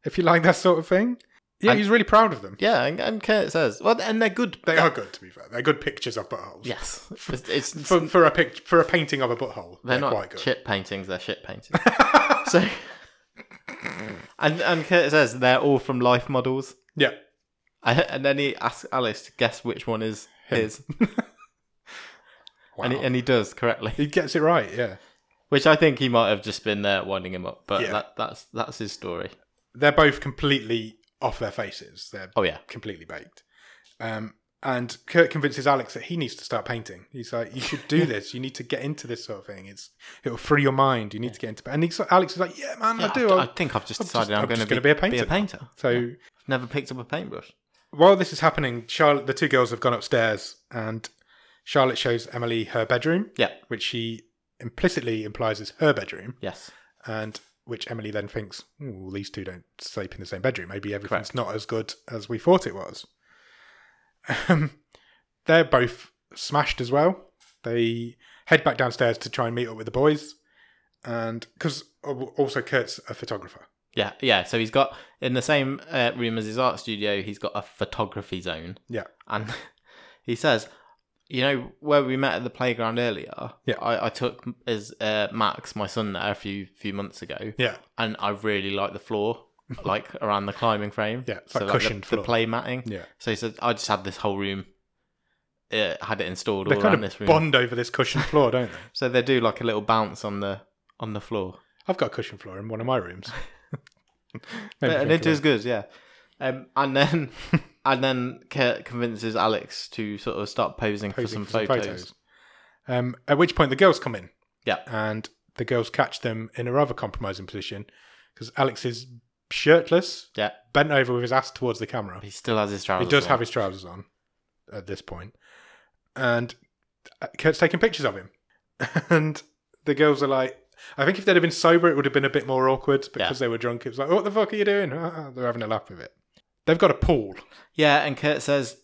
if you like that sort of thing. Yeah, And- he's really proud of them. Yeah, and, and Kurt says, well, and they're good. They are good, to be fair. They're good pictures of buttholes. Yes, it's, it's For, for a pic- for a painting of a butthole, They're, they're, not quite good. shit paintings, they're shit paintings. so and and Kurt says they're all from life models. Yeah, I, and then he asks Alice to guess which one is his. wow. And, he, and he does correctly. he gets it right. Yeah, Which I think he might have just been there winding him up, but Yeah. that, that's that's his story. they're both completely off their faces. They're Oh yeah. completely baked. Um, and Kurt convinces Alex that he needs to start painting. He's like, "You should do this. You need to get into this sort of thing. It's it'll free your mind. You need to get into." And he's, Alex is like, "Yeah, man, I do." I, I'll-" think I've just I'm decided just- I'm, I'm going to just be, gonna be a be a painter. so I've never picked up a paintbrush. while this is happening, Charlotte, the two girls have gone upstairs, and Charlotte shows Emily her bedroom, Yeah. which she implicitly implies is her bedroom, Yes. and which Emily then thinks, "Ooh, well, these two don't sleep in the same bedroom. Maybe everything's not as good as we thought it was. Um, they're both smashed as well. They head back downstairs to try and meet up with the boys, and because also Kurt's a photographer. Yeah, yeah. So he's got in the same uh, room as his art studio. He's got a photography zone. Yeah. and he says, "You know where we met at the playground earlier? Yeah. I, I took as uh, Max, my son, there a few few months ago, Yeah, and I really like the floor, like around the climbing frame. Yeah, it's like the- cushioned the, floor. play matting. yeah. So he said, I just had this whole room." Uh, had it installed They all around kind this of room, bond over this cushioned floor, don't they? so they do like a little bounce on the on the floor. I've got a cushion floor in one of my rooms. Made me But, and think it of is good, yeah. Um, and then and then Kurt convinces Alex to sort of start posing, for posing some for some photos. Um, at which point the girls come in. Yeah. And the girls catch them in a rather compromising position because Alex is shirtless, Yeah, bent over with his ass towards the camera. he still has his He trousers. does on. have his trousers on at this point. And uh, Kurt's taking pictures of him. And the girls are like, I think if they'd have been sober, it would have been a bit more awkward because they were drunk. It was like, what the fuck are you doing? Ah, They're having a laugh with it. They've got a pool. Yeah, and Kurt says,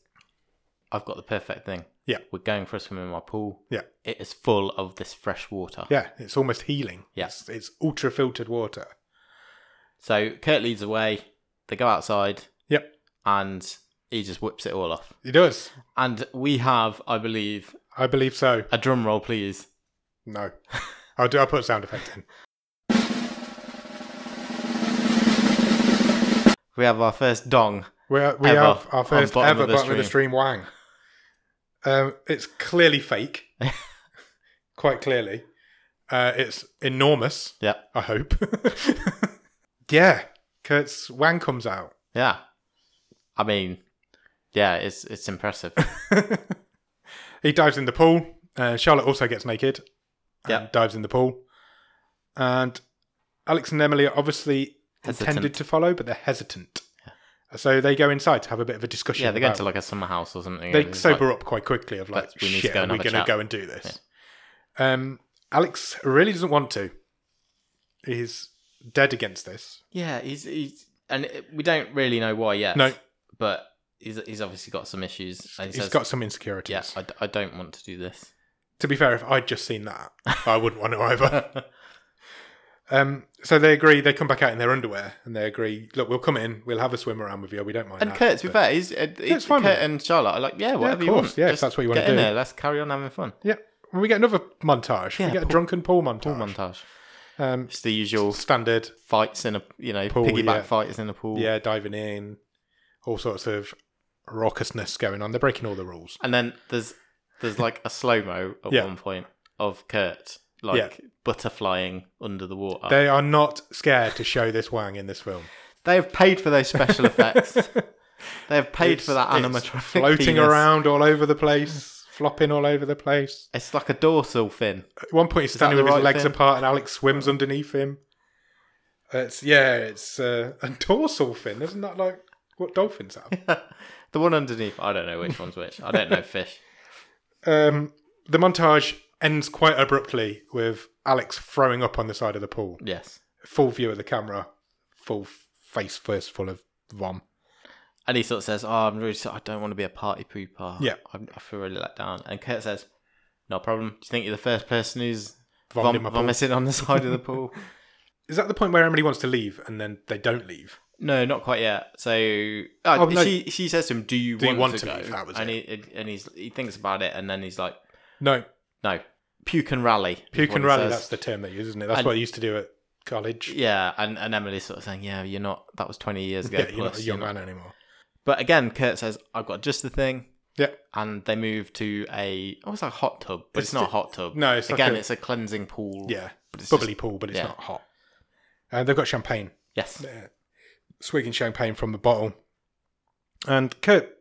"I've got the perfect thing. Yeah. we're going for a swim in my pool. Yeah. it is full of this fresh water. Yeah, it's almost healing. Yeah. It's, it's ultra filtered water. So Kurt leads away. They go outside. Yep. and he just whips it all off. It does. And we have, I believe, I believe so. a drum roll, please. No. I'll do I'll put a sound effect in. We have our first dong. We are, we Ever have our on first bottom ever of the bottom of the stream wang. Um, it's clearly fake. Quite clearly. Uh, it's enormous, Yeah, I hope. yeah. Kurt's wang comes out. yeah. I mean, yeah, it's it's impressive. He dives in the pool. Uh, Charlotte also gets naked. and Yep. Dives in the pool. And Alex and Emily are obviously intended Hesitant. to follow, but they're hesitant. So they go inside to have a bit of a discussion. Yeah, they go about- to like a summer house or something. they and it's sober like- up quite quickly of like, Let's- we need to shit, go are and we have a going to chat." go and do this? Um, Alex really doesn't want to. He's dead against this. yeah, he's he's and it- we don't really know why yet. No. but he's he's obviously got some issues. And he He's says, got some insecurities. yeah, I, d- I don't want to do this. To be fair, if I'd just seen that, I wouldn't want to either. Um, so they agree. They come back out in their underwear, and they agree. Look, we'll come in. We'll have a swim around with you. We don't mind. And that, Kurt, to be but- fair, he's, uh, it's fine, Kurt mate. and Charlotte are like, yeah, whatever you course, want. yeah, if Just that's what you wanna get in do." there. Let's carry on having fun. Yeah. Well, we get another montage. Yeah, we get a pool- drunken pool montage. Pool montage. Um, It's the usual standard. fights in a you know Pool, piggyback yeah. fights in a pool. Yeah, diving in, all sorts of raucousness going on. They're breaking all the rules. And then there's there's like a slow mo at Yeah. one point of Kurt like butterflying under the water. They are not scared to show this wang in this film. They have paid for those special effects. They have paid for that animatronic floating penis. around all over the place, flopping all over the place. It's like a dorsal fin. At one point, he's that standing the with his right legs thing? apart, and Alex swims underneath him. It's yeah, it's uh, a dorsal fin, isn't that like what dolphins have? the one underneath. I don't know which one's which. I don't know fish. um, the montage ends quite abruptly with Alex throwing up on the side of the pool, Yes. full view of the camera, full f- face first full of vom. And he sort of says, "Oh, I'm really. Sorry. I don't want to be a party pooper. Yeah. I, I feel really let down." And Kurt says, "No problem. Do you think you're the first person who's Vomited vom- my pool. vomited on the side of the pool?" Is that the point where Emily wants to leave and then they don't leave? No, not quite yet. So uh, Oh, no. she she says to him, "Do you Do you want, want to, to go?" leave? That was and he and he's he thinks about it, and then he's like, No, "No, puke and rally." is puke what and he rally. says. That's the term they use, isn't it? That's And- what I used to do at college. yeah, and and Emily's sort of saying, "Yeah, you're not. That was twenty years ago. Yeah, you're not plus, a young you're not." man anymore. But again, Kurt says, "I've got just the thing." Yeah. And they move to a oh, it's like a hot tub, but it's, It's not a ju- hot tub. No, it's like again, a- it's a cleansing pool. Yeah, but it's bubbly just- pool, but it's yeah. not hot. And they've got champagne, yes, uh, swigging champagne from the bottle. And Kurt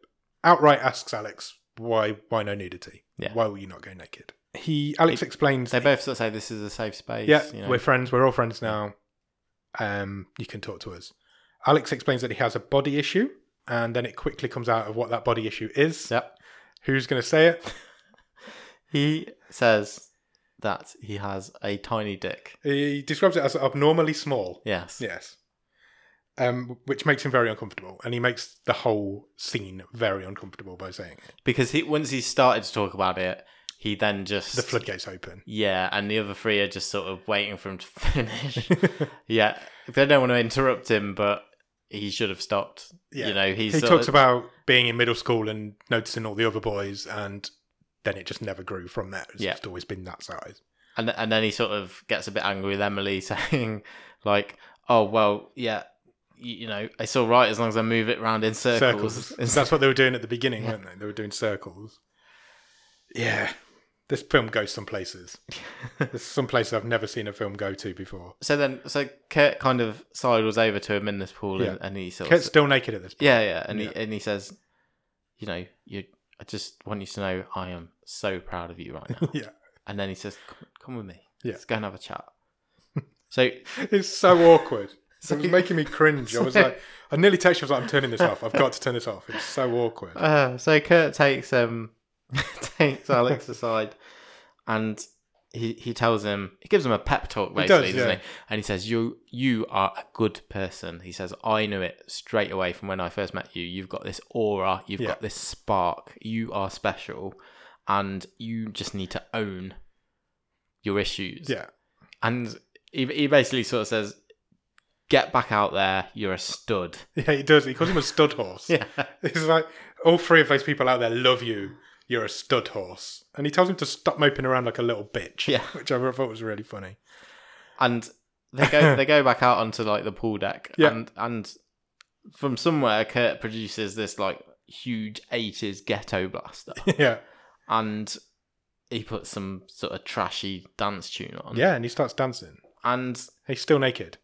outright asks Alex, "Why? Why no nudity? Yeah. Why will you not go naked?" He Alex explains, they both sort of say this is a safe space. "Yeah, you know. we're friends. We're all friends now. Um, you can talk to us." Alex explains that he has a body issue, and then it quickly comes out of what that body issue is. Yep. Who's going to say it? He says that he has a tiny dick. He describes it as abnormally small. Yes. Yes. Um, which makes him very uncomfortable, and he makes the whole scene very uncomfortable by saying it. because he once he started to talk about it, he then just The floodgates open. yeah, and the other three are just sort of waiting for him to finish. yeah, they don't want to interrupt him, but he should have stopped. Yeah. You know, he's uh, he sort talks of- about being in middle school and noticing all the other boys, and then it just never grew from there. It's Yeah. just always been that size. and and then he sort of gets a bit angry with Emily, saying like, "Oh well, yeah." You you know, it's all right as long as I move it round in circles. Circles. It's- That's what they were doing at the beginning, Yeah. weren't they? They were doing circles. Yeah. This film goes some places. There's some places I've never seen a film go to before. so then, so Kurt kind of sidles over to him in this pool, and, and he sort of Kurt's still naked at this point. Yeah, yeah, and Yeah. he and he says, you know, you. I just want you to know I am so proud of you right now. Yeah. And then he says, "Come, come with me. Yeah. Let's go and have a chat." So It's so awkward. So- it was making me cringe. I was like, I nearly texted. you, I was like, I'm turning this off. I've got to turn this off. It's so awkward. Uh, so Kurt takes um takes Alex aside, and he he tells him he gives him a pep talk He does, basically, does, not yeah. he? And he says, "You you are a good person." He says, "I knew it straight away from when I first met you. You've got this aura. You've Yeah. got this spark. You are special, and you just need to own your issues." Yeah, and he he basically sort of says. Get back out there. You're a stud. yeah, he does. He calls him a stud horse. Yeah. He's like, all three of those people out there love you. You're a stud horse, and he tells him to stop moping around like a little bitch. Yeah. which I thought was really funny. and they go they go back out onto like the pool deck Yeah. and and from somewhere Kurt produces this like huge 80s ghetto blaster yeah, and he puts some sort of trashy dance tune on yeah, and he starts dancing. and He's still naked.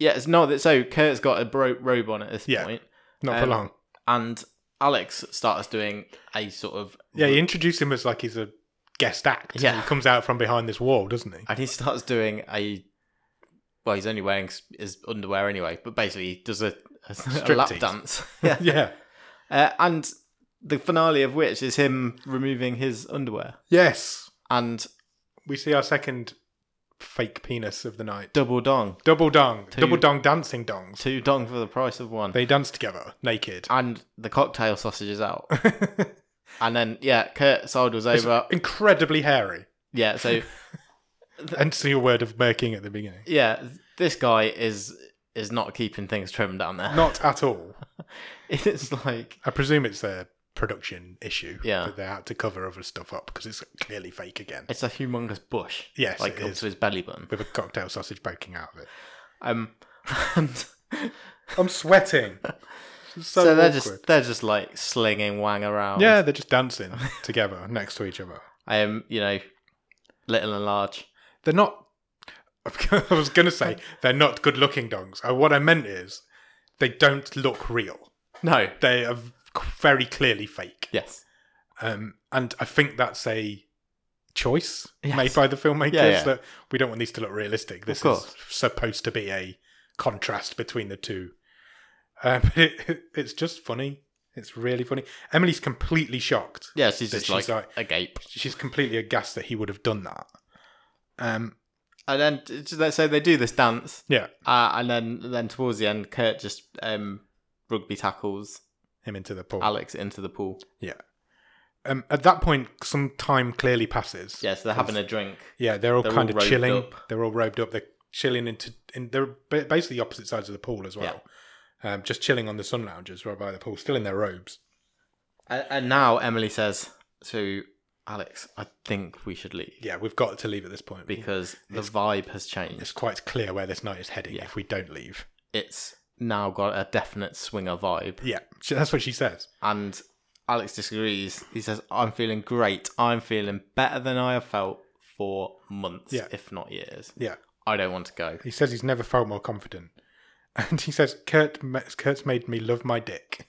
yeah it's not that so Kurt's got a bro- robe on at this Yeah. point, Not for Um, long. and Alex starts doing a sort of Yeah, you introduce him as like he's a guest act. Yeah. he comes out from behind this wall, doesn't he? and he starts doing a well he's only wearing s- his underwear anyway but basically he does a, a, a lap Striptease. dance yeah yeah, Uh, and the finale of which is him removing his underwear yes. and We see our second fake penis of the night. double dong, Double dong. Two- Double dong dancing dongs. two dong for the price of one, They dance together, naked. and the cocktail sausage is out. and then yeah, Kurt sidles It's over. incredibly hairy. Yeah, so Hence your word of murking at the beginning. yeah, this guy is is not keeping things trimmed down there. Not at all. It's like I presume it's a production issue. Yeah. That they had to cover other stuff up because it's clearly fake again. it's a humongous bush. Yes, like it up is. to his belly button. With a cocktail sausage poking out of it. Um, and I'm sweating. This is so, so they're awkward. just they're just like slinging wang around. Yeah, they're just dancing together next to each other. um, you know, little and large. They're not. I was going to say they're not good looking dongs. Uh, What I meant is they don't look real. No. They are c- very clearly fake. Yes. Um, and I think that's a choice Yes. made by the filmmakers Yeah, yeah. that we don't want these to look realistic. This is course. supposed to be a contrast between the two. Um, it, it's just funny. It's really funny. Emily's completely shocked. Yeah, she's That just she's like- like, agape. She's completely aghast that he would have done that. Um, And then t- t- let's say they do this dance, yeah, uh, and then then towards the end, Kurt just um, rugby tackles him into the pool. Alex into the pool. Um, at that point, some time clearly passes. Yeah, so they're having a drink. Yeah, they're all They're kind all of robed chilling. up. They're all robed up. They're chilling into, in, they're ba- basically opposite sides of the pool as well. Um, just chilling on the sun lounges right by the pool, still in their robes. And, and now Emily says to Alex, "I think we should leave Yeah, we've got to leave at this point because the vibe has changed. it's quite clear where this night is heading Yeah. if we don't leave. It's now got a definite swinger vibe." Yeah, she- that's what she says. And Alex disagrees. He says, "I'm feeling great. I'm feeling better than I have felt for months, Yeah. if not years. Yeah, I don't want to go." he says he's never felt more confident, and he says Kurt ma- Kurt's made me love my dick.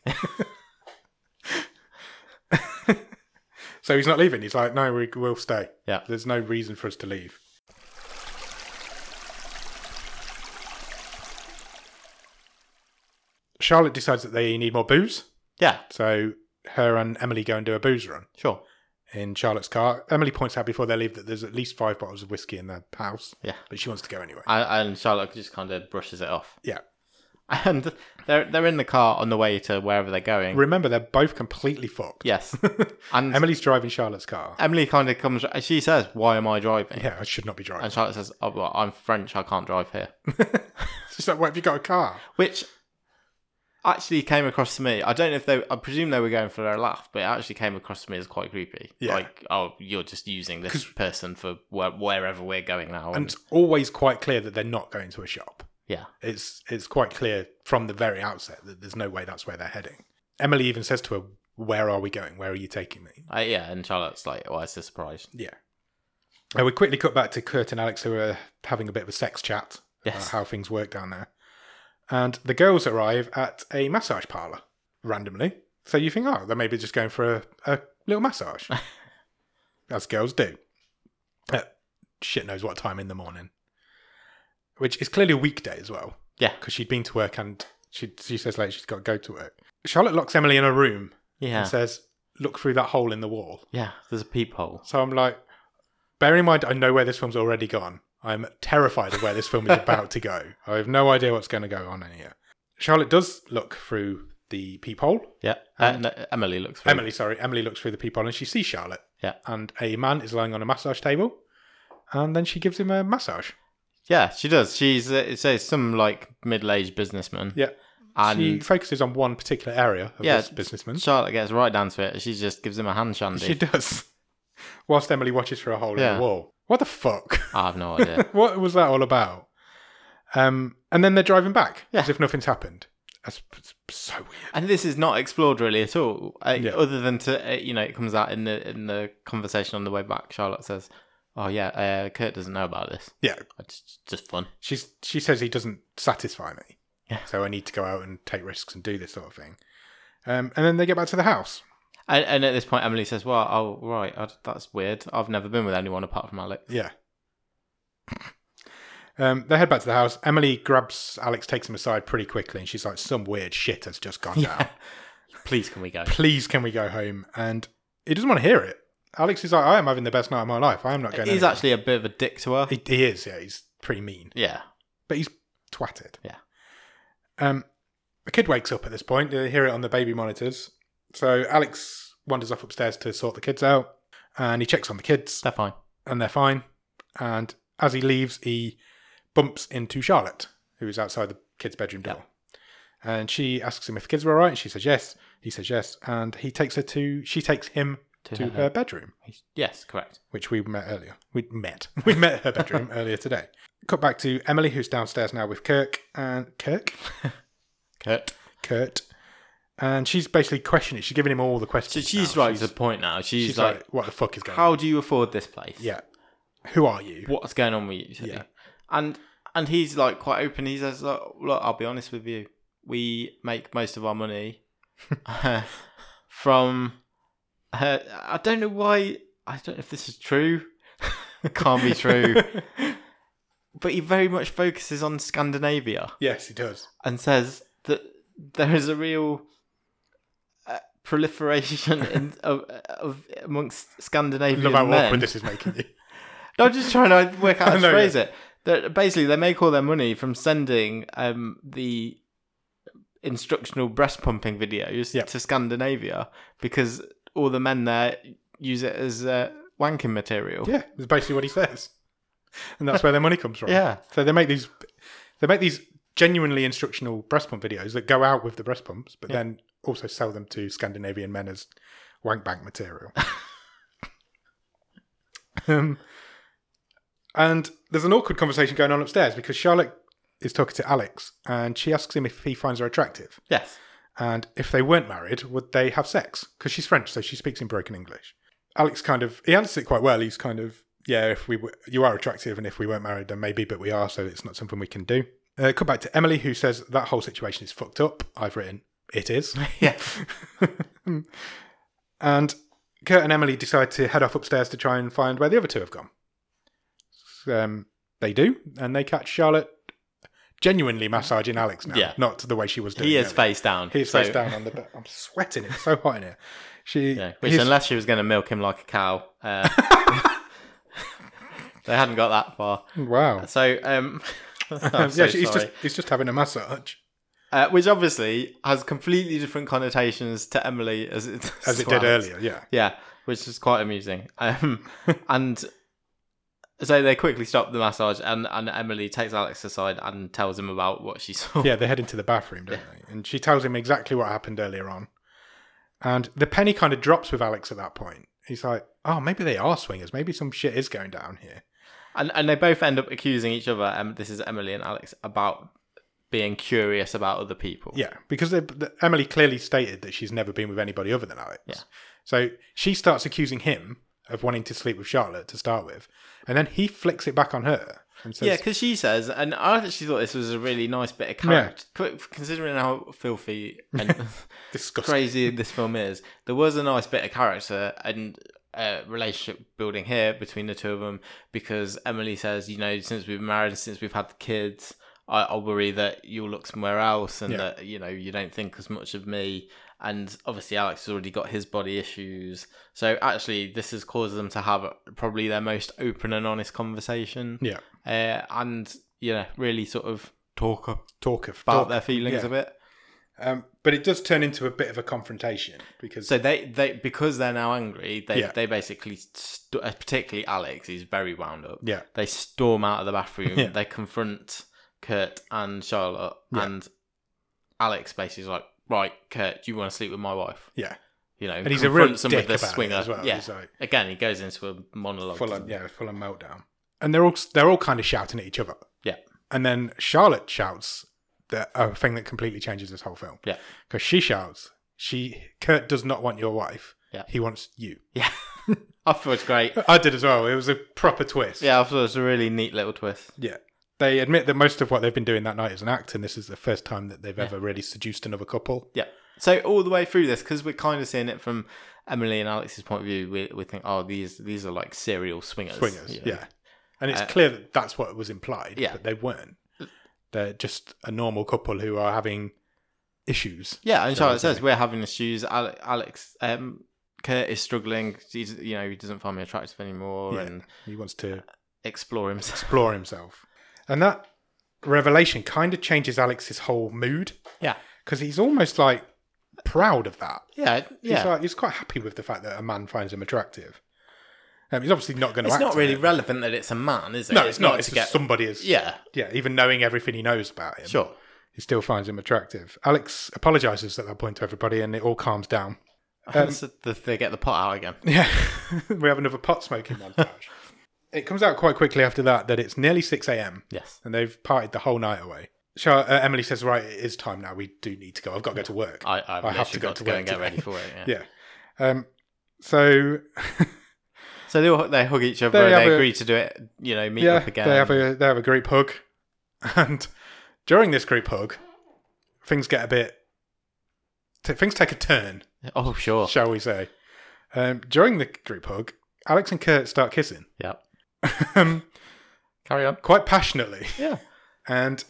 so he's not leaving. He's like, no, we, we'll stay. Yeah. There's no reason for us to leave. Charlotte decides that they need more booze, Yeah, so her and Emily go and do a booze run. sure. in Charlotte's car. Emily points out before they leave that there's at least five bottles of whiskey in the house. Yeah. But she wants to go anyway. And, and Charlotte just kind of brushes it off. Yeah. And they're they're in the car on the way to wherever they're going. Remember, they're both completely fucked. yes. Uh, And Emily, Emily's driving Charlotte's car. kind of comes. She says, "Why am I driving?" Yeah, I should not be driving. And Charlotte says, oh, well, "I'm French. I can't drive here." She's like, what have you got a car? Which actually came across to me. I don't know if they. I presume they were going for their laugh, but it actually came across to me as quite creepy. Yeah. Like, oh, you're just using this person for where, wherever we're going now. And it's always quite clear that they're not going to a shop. yeah. It's it's quite clear from the very outset that there's no way that's where they're heading. Emily even says to her, Where are we going? Where are you taking me? Uh, yeah. And Charlotte's like, "Why is this surprise?" Yeah. Uh, we quickly cut back to Kurt and Alex, who are having a bit of a sex chat Yes. about uh, how things work down there. And the girls arrive at a massage parlor randomly. So you think, oh, they're maybe just going for a, a little massage, as girls do. At shit knows what time in the morning, which is clearly a weekday as well. Yeah. Because she'd been to work and she, she says later she's got to go to work. Charlotte locks Emily in a room Yeah. and says, look through that hole in the wall. yeah. There's a peephole. So I'm like, bear in mind, I know where this film's already gone. I'm terrified of where this film is about to go. I have no idea what's going to go on in here. Charlotte does look through the peephole. Yeah. Uh, no, Emily looks. through. Um, Emily, sorry. Emily looks through the peephole and she sees Charlotte. Yeah. And a man is lying on a massage table. And then she gives him a massage. Yeah, she does. She's uh, it says some like middle-aged businessman. Yeah. and she focuses on one particular area of Yeah. this businessman. Charlotte gets right down to it. She just gives him a hand shandy. She does. Whilst Emily watches for a hole in Yeah. the wall. What the fuck? I have no idea. what was that all about? Um, and then they're driving back Yeah. as if nothing's happened. That's that's so weird. and this is not explored really at all, uh, Yeah. other than to uh, you know it comes out in the in the conversation on the way back. Charlotte says, "Oh yeah, uh, Kurt doesn't know about this. Yeah, It's just fun." she's she says he doesn't satisfy me, Yeah. so I need to go out and take risks and do this sort of thing. Um, and then they get back to the house. And, and at this point, Emily says, "Well, oh right, I, that's weird. I've never been with anyone apart from Alex." Yeah. Um, they head back to the house. Emily grabs Alex, takes him aside pretty quickly, and she's like, "Some weird shit has just gone down. Please, can we go? Please, can we go home?" And he doesn't want to hear it. Alex is like, "I am having the best night of my life. I am not going." Uh, He's anywhere." actually a bit of a dick to her. he, he is. Yeah, he's pretty mean. yeah, but he's twatted. Yeah. Um, the kid wakes up at this point. They hear it on the baby monitors. So Alex wanders off upstairs to sort the kids out, and he checks on the kids, they're fine. and they're fine. And as he leaves, he bumps into Charlotte, who is outside the kids' bedroom door. And she asks him if the kids were all right, and she says yes. He says yes, and he takes her to. She takes him to, her- her, bedroom, Yes, correct. which we met earlier. We met. We met her bedroom earlier today. Cut back to Emily, who's downstairs now with Kirk and Kirk. Kurt. Kurt, and she's basically questioning. She's giving him all the So questions. she's now. right to the point now. She's, She's, like, like, "What the fuck is going on?" "How do you afford this place? Yeah, who are you? What's going on with you?" Yeah. And and he's like quite open. He says, "Look, look I'll be honest with you. we make most of our money uh, from. Uh, I don't know why. I don't know if this is true. Can't be true. but he very much focuses on Scandinavia yes, he does. and says that there is a real uh, proliferation in, of, of amongst I Scandinavian love how men. awkward this is making you. No, I'm just trying to work out how I to know, phrase it. That basically they make all their money from sending um, the instructional breast pumping videos Yep. to Scandinavia because all the men there use it as uh, wanking material. Yeah, that's basically what he says, and that's where their money comes from. Yeah. So they make these, they make these genuinely instructional breast pump videos that go out with the breast pumps, but then also sell them to Scandinavian men as wank bank material. um, and there's an awkward conversation going on upstairs because Charlotte is talking to Alex, and she asks him if he finds her attractive, Yes. and if they weren't married, would they have sex? Because she's French, so she speaks in broken English. Alex kind of he answers it quite well. He's kind of yeah, if we were, you are attractive, and if we weren't married, then maybe, but we are, so it's not something we can do. Uh, come back to Emily, who says that whole situation is fucked up. I've written it is, Yeah. and Kurt and Emily decide to head off upstairs to try and find where the other two have gone. Um, they do, and they catch Charlotte genuinely massaging Alex now, Yeah. not the way she was doing. He is earlier. face down. He's so- face down on the bed. I'm sweating. It's so hot in here. She. Yeah, which his- unless she was going to milk him like a cow, uh, they hadn't got that far. wow. So, um, yeah, I'm so she- he's sorry. just he's just having a massage. Uh, which obviously has completely different connotations to Emily as it does As it to did Alex. earlier, yeah. Yeah, which is quite amusing. Um, and so they quickly stop the massage, and, and Emily takes Alex aside and tells him about what she saw. Yeah, they head into the bathroom, don't they? And she tells him exactly what happened earlier on. And the penny kind of drops with Alex at that point. He's like, oh, maybe they are swingers. Maybe some shit is going down here. And, and they both end up accusing each other, um, this is Emily and Alex, about being curious about other people. Yeah, because they, the, Emily clearly stated that she's never been with anybody other than Alex. Yeah. So she starts accusing him of wanting to sleep with Charlotte to start with. And then he flicks it back on her and says, Yeah, because she says, and I actually thought this was a really nice bit of character, co- considering how filthy and disgusting. crazy this film is. There was a nice bit of character and uh, relationship building here between the two of them because Emily says, you know, since we've been married and since we've had the kids, I, I worry that you'll look somewhere else and Yeah. that you know you don't think as much of me. And obviously, Alex has already got his body issues, so actually, this has caused them to have probably their most open and honest conversation Yeah. uh, and you know really sort of talk about talk of talk. their feelings yeah. a bit. Um, but it does turn into a bit of a confrontation because So they they because they're now angry, they Yeah. they basically st- uh, particularly Alex is very wound up. yeah, They storm out of the bathroom. Yeah. They confront Kurt and Charlotte, Yeah. and Alex basically is like, "Right, Kurt, do you want to sleep with my wife?" yeah, You know, and he's a real confronts him with dick about it as well. Yeah. He's like Again, he goes into a monologue. full on, yeah, full on meltdown. And they're all they're all kind of shouting at each other. Yeah. And then Charlotte shouts the a thing that completely changes this whole film. Yeah. Because she shouts, she Kurt does not want your wife. Yeah. He wants you. Yeah. I thought it was great. I did as well. It was a proper twist. Yeah, I thought it was a really neat little twist. Yeah. They admit that most of what they've been doing that night is an act, and this is the first time that they've ever really seduced another couple. Yeah. So all the way through this, because we're kind of seeing it from Emily and Alex's point of view, we, we think, oh, these these are like serial swingers. swingers. you know. Yeah, and it's Uh, clear that that's what was implied. Yeah. but they weren't. They're just a normal couple who are having issues. Yeah, and So Charlotte it's like- says we're having issues. Ale- Alex, um, Kurt is struggling. He's, you know, he doesn't find me attractive anymore, Yeah. and He wants to explore himself. explore himself, and that revelation kind of changes Alex's whole mood Yeah, because he's almost like proud of that. yeah, yeah. he's, like, he's quite happy with the fact that a man finds him attractive. Um, he's obviously not going to. it's act not on really it. relevant that it's a man, is it? No, it's not. It's to just get. somebody is. Yeah, yeah. Even knowing everything he knows about him, sure. he still finds him attractive. Alex apologizes at that point to everybody, and it all calms down. Um, So the- they get the pot out again. Yeah, we have another pot smoking montage. it comes out quite quickly after that that it's nearly six a.m. Yes. and they've partied the whole night away. Char- uh, Emily says, "Right, it is time now. We do need to go. I've got to go to work." I, I've I literally have to go got to to go work and get today. ready for it. Oh, Yeah. yeah. Um, so So they all- they hug each other. They and have They a- agree to do it. You know, meet yeah, up again. they have a they have a group hug, and during this group hug, things get a bit. T- things take a turn, Oh, sure. shall we say. Um, during the group hug, Alex and Kurt start kissing Yeah. um, Carry on. quite passionately, Yeah. and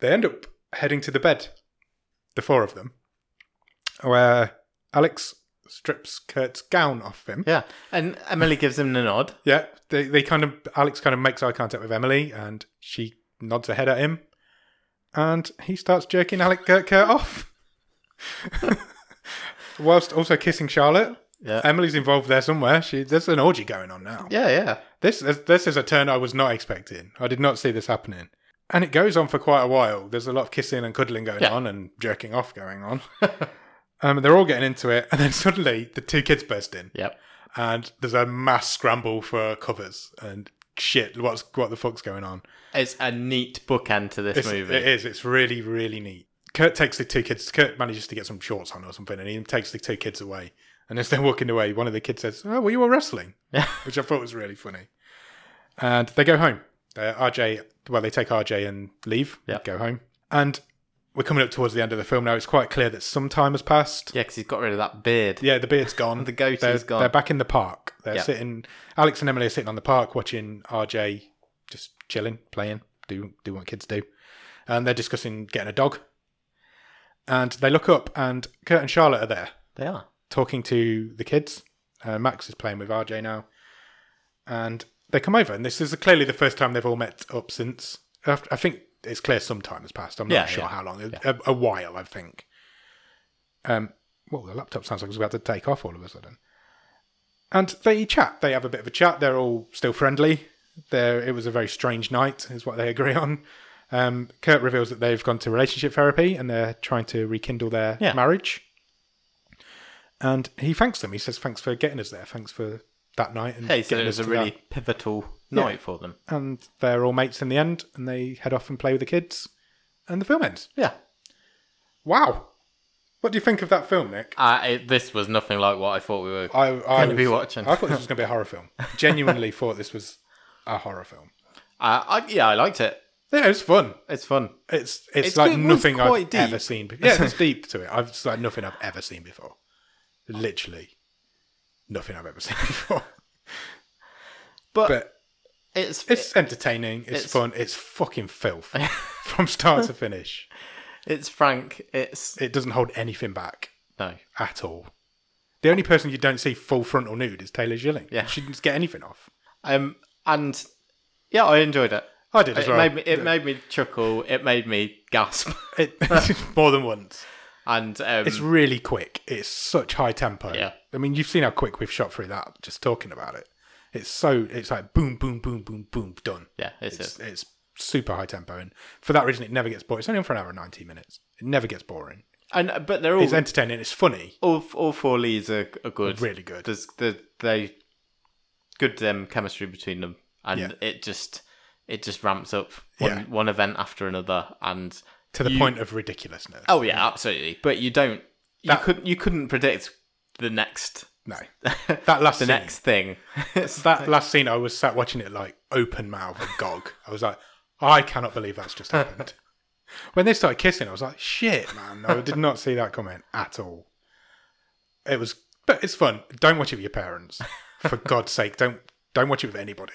they end up heading to the bed, the four of them, where Alex strips Kurt's gown off him. Yeah. And Emily gives him a nod. Yeah, they they kind of Alex kind of makes eye contact with Emily, and she nods her head at him, and he starts jerking Alec Kurt, Kurt off, whilst also kissing Charlotte. Yeah. Emily's involved there somewhere. She there's an orgy going on now. yeah, yeah. This this- this is a turn I was not expecting. I did not see this happening, and it goes on for quite a while. There's a lot of kissing and cuddling going Yeah. on, and jerking off going on. um, they're all getting into it, and then suddenly the two kids burst in Yep. and there's a mass scramble for covers and shit what's what the fuck's going on It's a neat bookend to this it's, movie. it is it's really really neat kurt takes the two kids kurt manages to get some shorts on or something and he takes the two kids away and as they're walking away one of the kids says oh well you were wrestling Yeah. which i thought was really funny and they go home uh, rj well they take rj and leave Yeah. go home and we're coming up towards the end of the film now it's quite clear that some time has passed Yeah, because he's got rid of that beard. yeah, the beard's gone. The goatee's they're, gone. They're back in the park. They're Yeah. sitting. Alex and Emily are sitting on the park watching RJ just chilling, playing, do do what kids do, and they're discussing getting a dog. And they look up, and Kurt and Charlotte are there They are. talking to the kids. Uh, Max is playing with RJ now, and they come over. And this is clearly the first time they've all met up since. After, I think it's clear some time has passed. I'm not Yeah, sure yeah. how long. A, a while, I think. Um, well, the laptop sounds like it's about to take off all of a sudden. And they chat. They have a bit of a chat. They're all still friendly. They're, it was a very strange night, is what they agree on. Um, Kurt reveals that they've gone to relationship therapy and they're trying to rekindle their Yeah. marriage. And he thanks them. He says, "Thanks for getting us there. Thanks for that night." And Hey, so getting it was us a to really that." pivotal night for them. And they're all mates in the end, and they head off and play with the kids. And the film ends. Yeah. Wow, what do you think of that film, Nick? Uh, it, this was nothing like what I thought we were. I, I Gonna was, be watching. I thought this was going to be a horror film. Genuinely thought this was a horror film. Uh, I, yeah, I liked it. Yeah, it's fun. It's fun. It's it's, It's- like it was nothing I've quite deep. ever seen. Be- yeah, it's deep to it. I've, it's like nothing I've ever seen before. Literally, nothing I've ever seen before. But, But it's, it's entertaining. It's, it's- fun. It's fucking filth from start to finish. it's frank. It's It doesn't hold anything back no. at all. The only person you don't see full frontal nude is Taylor Gilling. Yeah. she didn't get anything off. Um, and yeah, I enjoyed it. I did as It well. made me. It made me chuckle. It made me gasp. It- more than once. And um, It's really quick. It's such high tempo. Yeah. I mean, you've seen how quick we've shot through that just talking about it. It's so it's like boom, boom, boom, boom, boom, done. yeah, it's, It's a, it's super high tempo, and for that reason, it never gets boring. It's only on for an hour and nineteen minutes. It never gets boring. and but they're It's all entertaining. It's funny. all, all four leads are, are good. Really good. There's the they good um, chemistry between them, and Yeah. it just it just ramps up one, Yeah. one event after another, and to the you- point of ridiculousness. Oh yeah, absolutely. But you don't you That- couldn't you couldn't predict the next no, that last the scene, next thing. It's- that last scene, I was sat watching it like open mouth and gog. I was like, I cannot believe that's just happened. when they started kissing, I was like, shit, man, I did not see that coming at all. It was, but it's fun. Don't watch it with your parents, for God's sake. Don't don't watch it with anybody.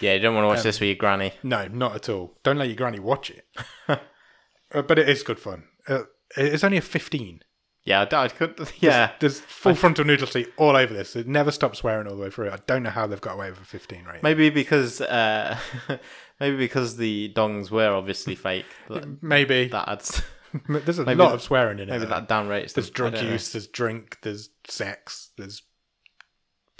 yeah, you don't want to um, watch this with your granny. No, not at all. Don't let your granny watch it. Uh, but it is good fun. Uh, it's only a fifteen. Yeah, I, d- I could. Yeah, There's full frontal nudity all over this. It never stops swearing all the way through. I don't know how they've got away with a fifteen rating. maybe because uh, maybe because the dongs were obviously fake. That, Um, Maybe. that adds M- There's a Maybe lot that- of swearing in it. maybe though. that downrates. there's them. I drug don't know. use, there's drink, there's sex, there's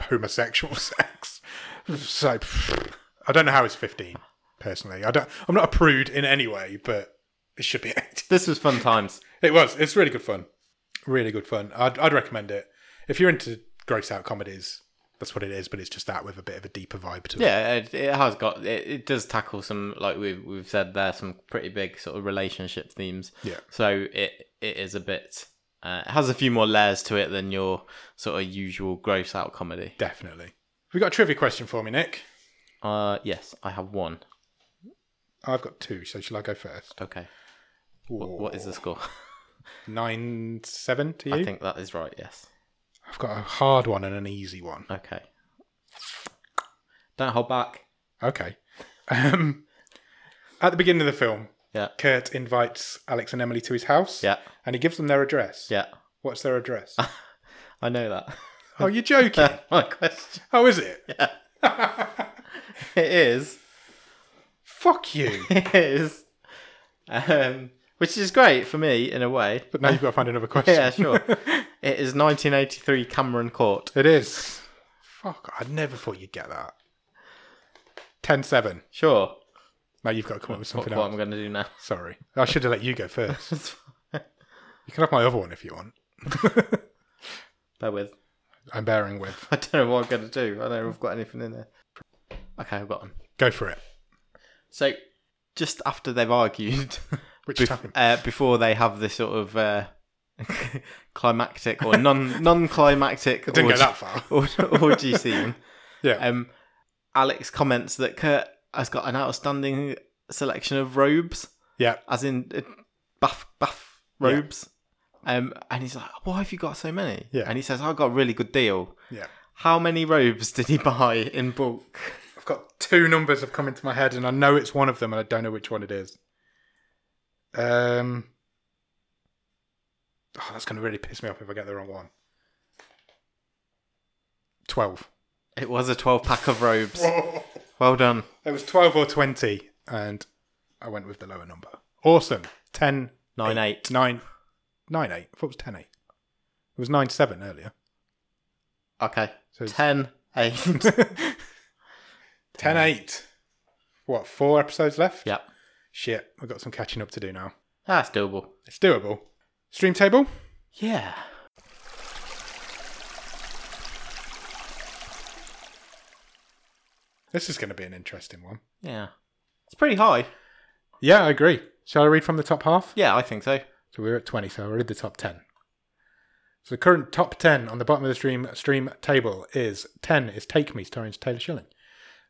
homosexual sex. So pff, I don't know how it's 15. Personally, I don't. I'm not a prude in any way, but it should be 18. This was fun times. It was. It's really good fun. Really good fun. I'd, I'd recommend it if you're into gross out comedies. That's what it is, but it's just that with a bit of a deeper vibe to it. Yeah, it, it has got it, it does tackle some like we've we've said there some pretty big sort of relationship themes. Yeah. So it it is a bit uh, it has a few more layers to it than your sort of usual gross out comedy. definitely. We got a trivia question for me, Nick. Uh yes, I have one. I've got two, so shall I go first? Okay. What, what is the score? nine seven to you. I think that is right, yes. I've got a hard one and an easy one. Okay. Don't hold back. Okay. Um, at the beginning of the film, Yeah. Kurt invites Alex and Emily to his house. Yeah. And he gives them their address. Yeah. What's their address? I know that. oh, you're joking. My question How is it? it is Fuck you. it is um which is great for me in a way. But now you've got to find another question. Yeah, sure. it is 1983 Cameron Court. It is. Fuck, I never thought you'd get that. 10 7. Sure. Now you've got to come up with What, something what I'm else. going to do now. Sorry. I should have let you go first. You can have my other one if you want. Bear with. I'm bearing with. I don't know what I'm going to do. I don't know if I've got anything in there. Okay, I've got one. Go for it. So, just after they've argued, Which bef- time? uh, before they have this sort of uh, climactic or non non climactic It didn't go that far. orgy scene, Yeah. um, Alex comments that Kurt has got an outstanding selection of robes, yeah. as in uh, bath bath Yeah. robes. Um, and he's like, "Why have you got so many?" Yeah. And he says, "I got a really good deal." Yeah. How many robes did he buy in bulk? I've got two numbers have come into my head, and I know it's one of them, and I don't know which one it is. Um, oh, that's going to really piss me off if I get the wrong one. Twelve. It was a twelve pack of robes. Oh, Well done. it was twelve or twenty, and I went with the lower number. Awesome. Ten, Nine eight. nine, nine, eight. I thought it was ten eight. It was nine seven earlier. Okay. So it's- Ten eight. Ten eight. What? Four episodes left. yep. Shit, I've got some catching up to do now. That's doable. It's doable. Stream table. Yeah. This is going to be an interesting one. Yeah. It's pretty high. Yeah, I agree. Shall I read from the top half? Yeah, I think so. So we're at 20, so I'll read the top 10. So the current top 10 on the bottom of the stream stream table is 10 is Take Me, starring Taylor Schilling.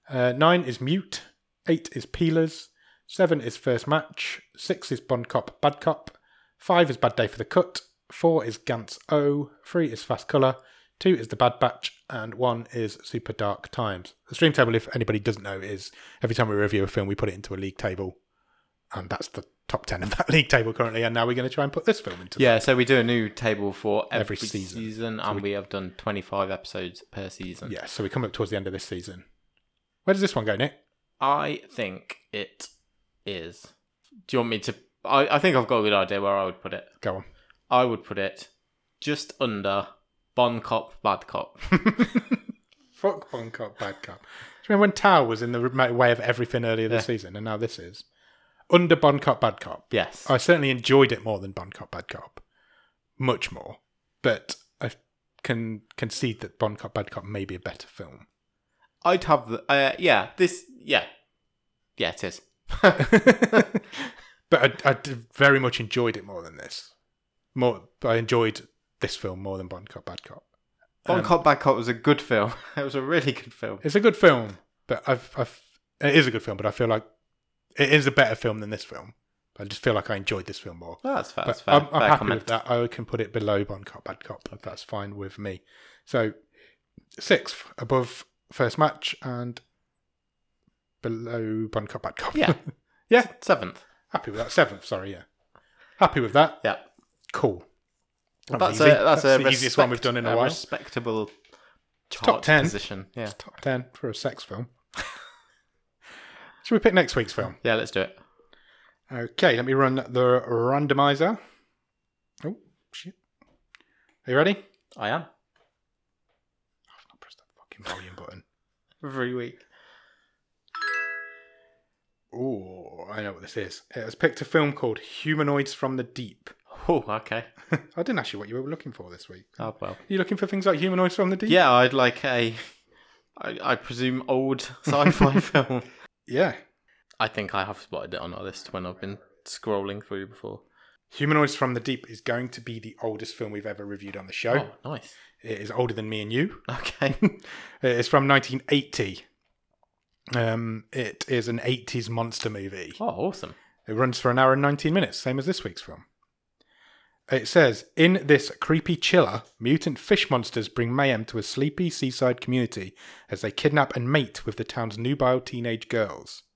Uh, 9 is Mute. 8 is Peelers. 7 is First Match. 6 is Bon Cop, Bad Cop. 5 is Bad Day for the Cut. 4 is Gantz O. 3 is Fast Colour. 2 is The Bad Batch. And 1 is Super Dark Times. The stream table, if anybody doesn't know, is every time we review a film, we put it into a league table. And that's the top 10 of that league table currently. And now we're going to try and put this film into Yeah, so we do a new table for every, Every season. season, and we... have done 25 episodes per season. Yeah, so we come up towards the end of this season. Where does this one go, Nick? I think it is. Do you want me to? I, I think I've got a good idea where I would put it. Go on. I would put it just under Bon Cop, Bad Cop. Fuck one cop, bad cop. Do you remember when Tao was in the remote way of everything earlier this season, and now this is under Bon Cop, Bad Cop. yes. I certainly enjoyed it more than Bon Cop, Bad Cop, much more. But I can concede that Bon Cop, Bad Cop may be a better film. I'd have the. Uh, yeah, this. Yeah. Yeah, it is. But I, I d- very much enjoyed it more than this. More, I enjoyed this film more than Bon Cop, Bad Cop. Bon Um, Cop, Bad Cop was a good film. it was a really good film. It's a good film, but I've, I've it is a good film, but I feel like it is a better film than this film. I just feel like I enjoyed this film more. Well, that's fair. But That's fair. I'm, I'm fair happy comment. with that. I can put it below Bon Cop Bad Cop. That's fine with me. So sixth above first match and below Bon Cop Bad Cop. Yeah. Yeah. Seventh. happy with that. Seventh, sorry, yeah. Happy with that. Yeah. Cool. That was That's, easy. a that's, a the easiest one we've respect- done in a while. Respectable chart top 10. position. Yeah. Top ten for a sex film. Should we pick next week's film? Yeah. Let's do it. Okay, let me run the randomizer. Oh, shit. Are you ready? I've I am not pressed that fucking volume button. every week. Ooh, I know what this is. It has picked a film called Humanoids from the Deep. Oh, okay. I didn't ask you what you were looking for this week. Oh well. Are you looking for things like Humanoids from the Deep? Yeah, I'd like a. I, I presume old sci-fi film. Yeah. I think I have spotted it on our list when I've been scrolling through before. Humanoids from the Deep is going to be the oldest film we've ever reviewed on the show. Oh, nice. It is older than me and you. Okay. It's from 1980. Um, it is an 80s monster movie. Oh, awesome. It runs for an hour and 19 minutes, same as this week's film. It says, in this creepy chiller, mutant fish monsters bring mayhem to a sleepy seaside community as they kidnap and mate with the town's nubile teenage girls.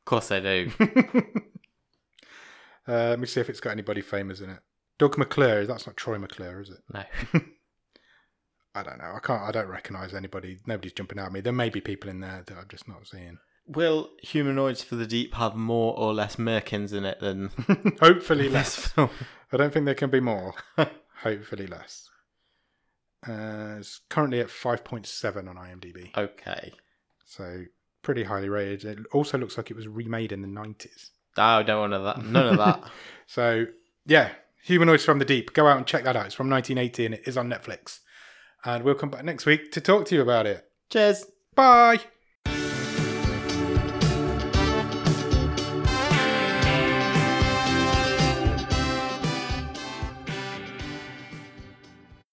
Of course they do. uh, let me see if it's got anybody famous in it. Doug McClure, that's not Troy McClure, is it? no. I don't know. I can't. I don't recognise anybody. Nobody's jumping out at me. There may be people in there that I'm just not seeing. Will humanoids for the deep have more or less merkins in it than Hopefully this less. film? I don't think there can be more. Hopefully less. Uh, it's currently at 5.7 on IMDb, Okay. so pretty highly rated. It also looks like it was remade in the 90s. I don't want that. None of that. So yeah, Humanoids from the Deep. Go out and check that out. It's from 1980 and it is on Netflix. And we'll come back next week to talk to you about it. Cheers. Bye.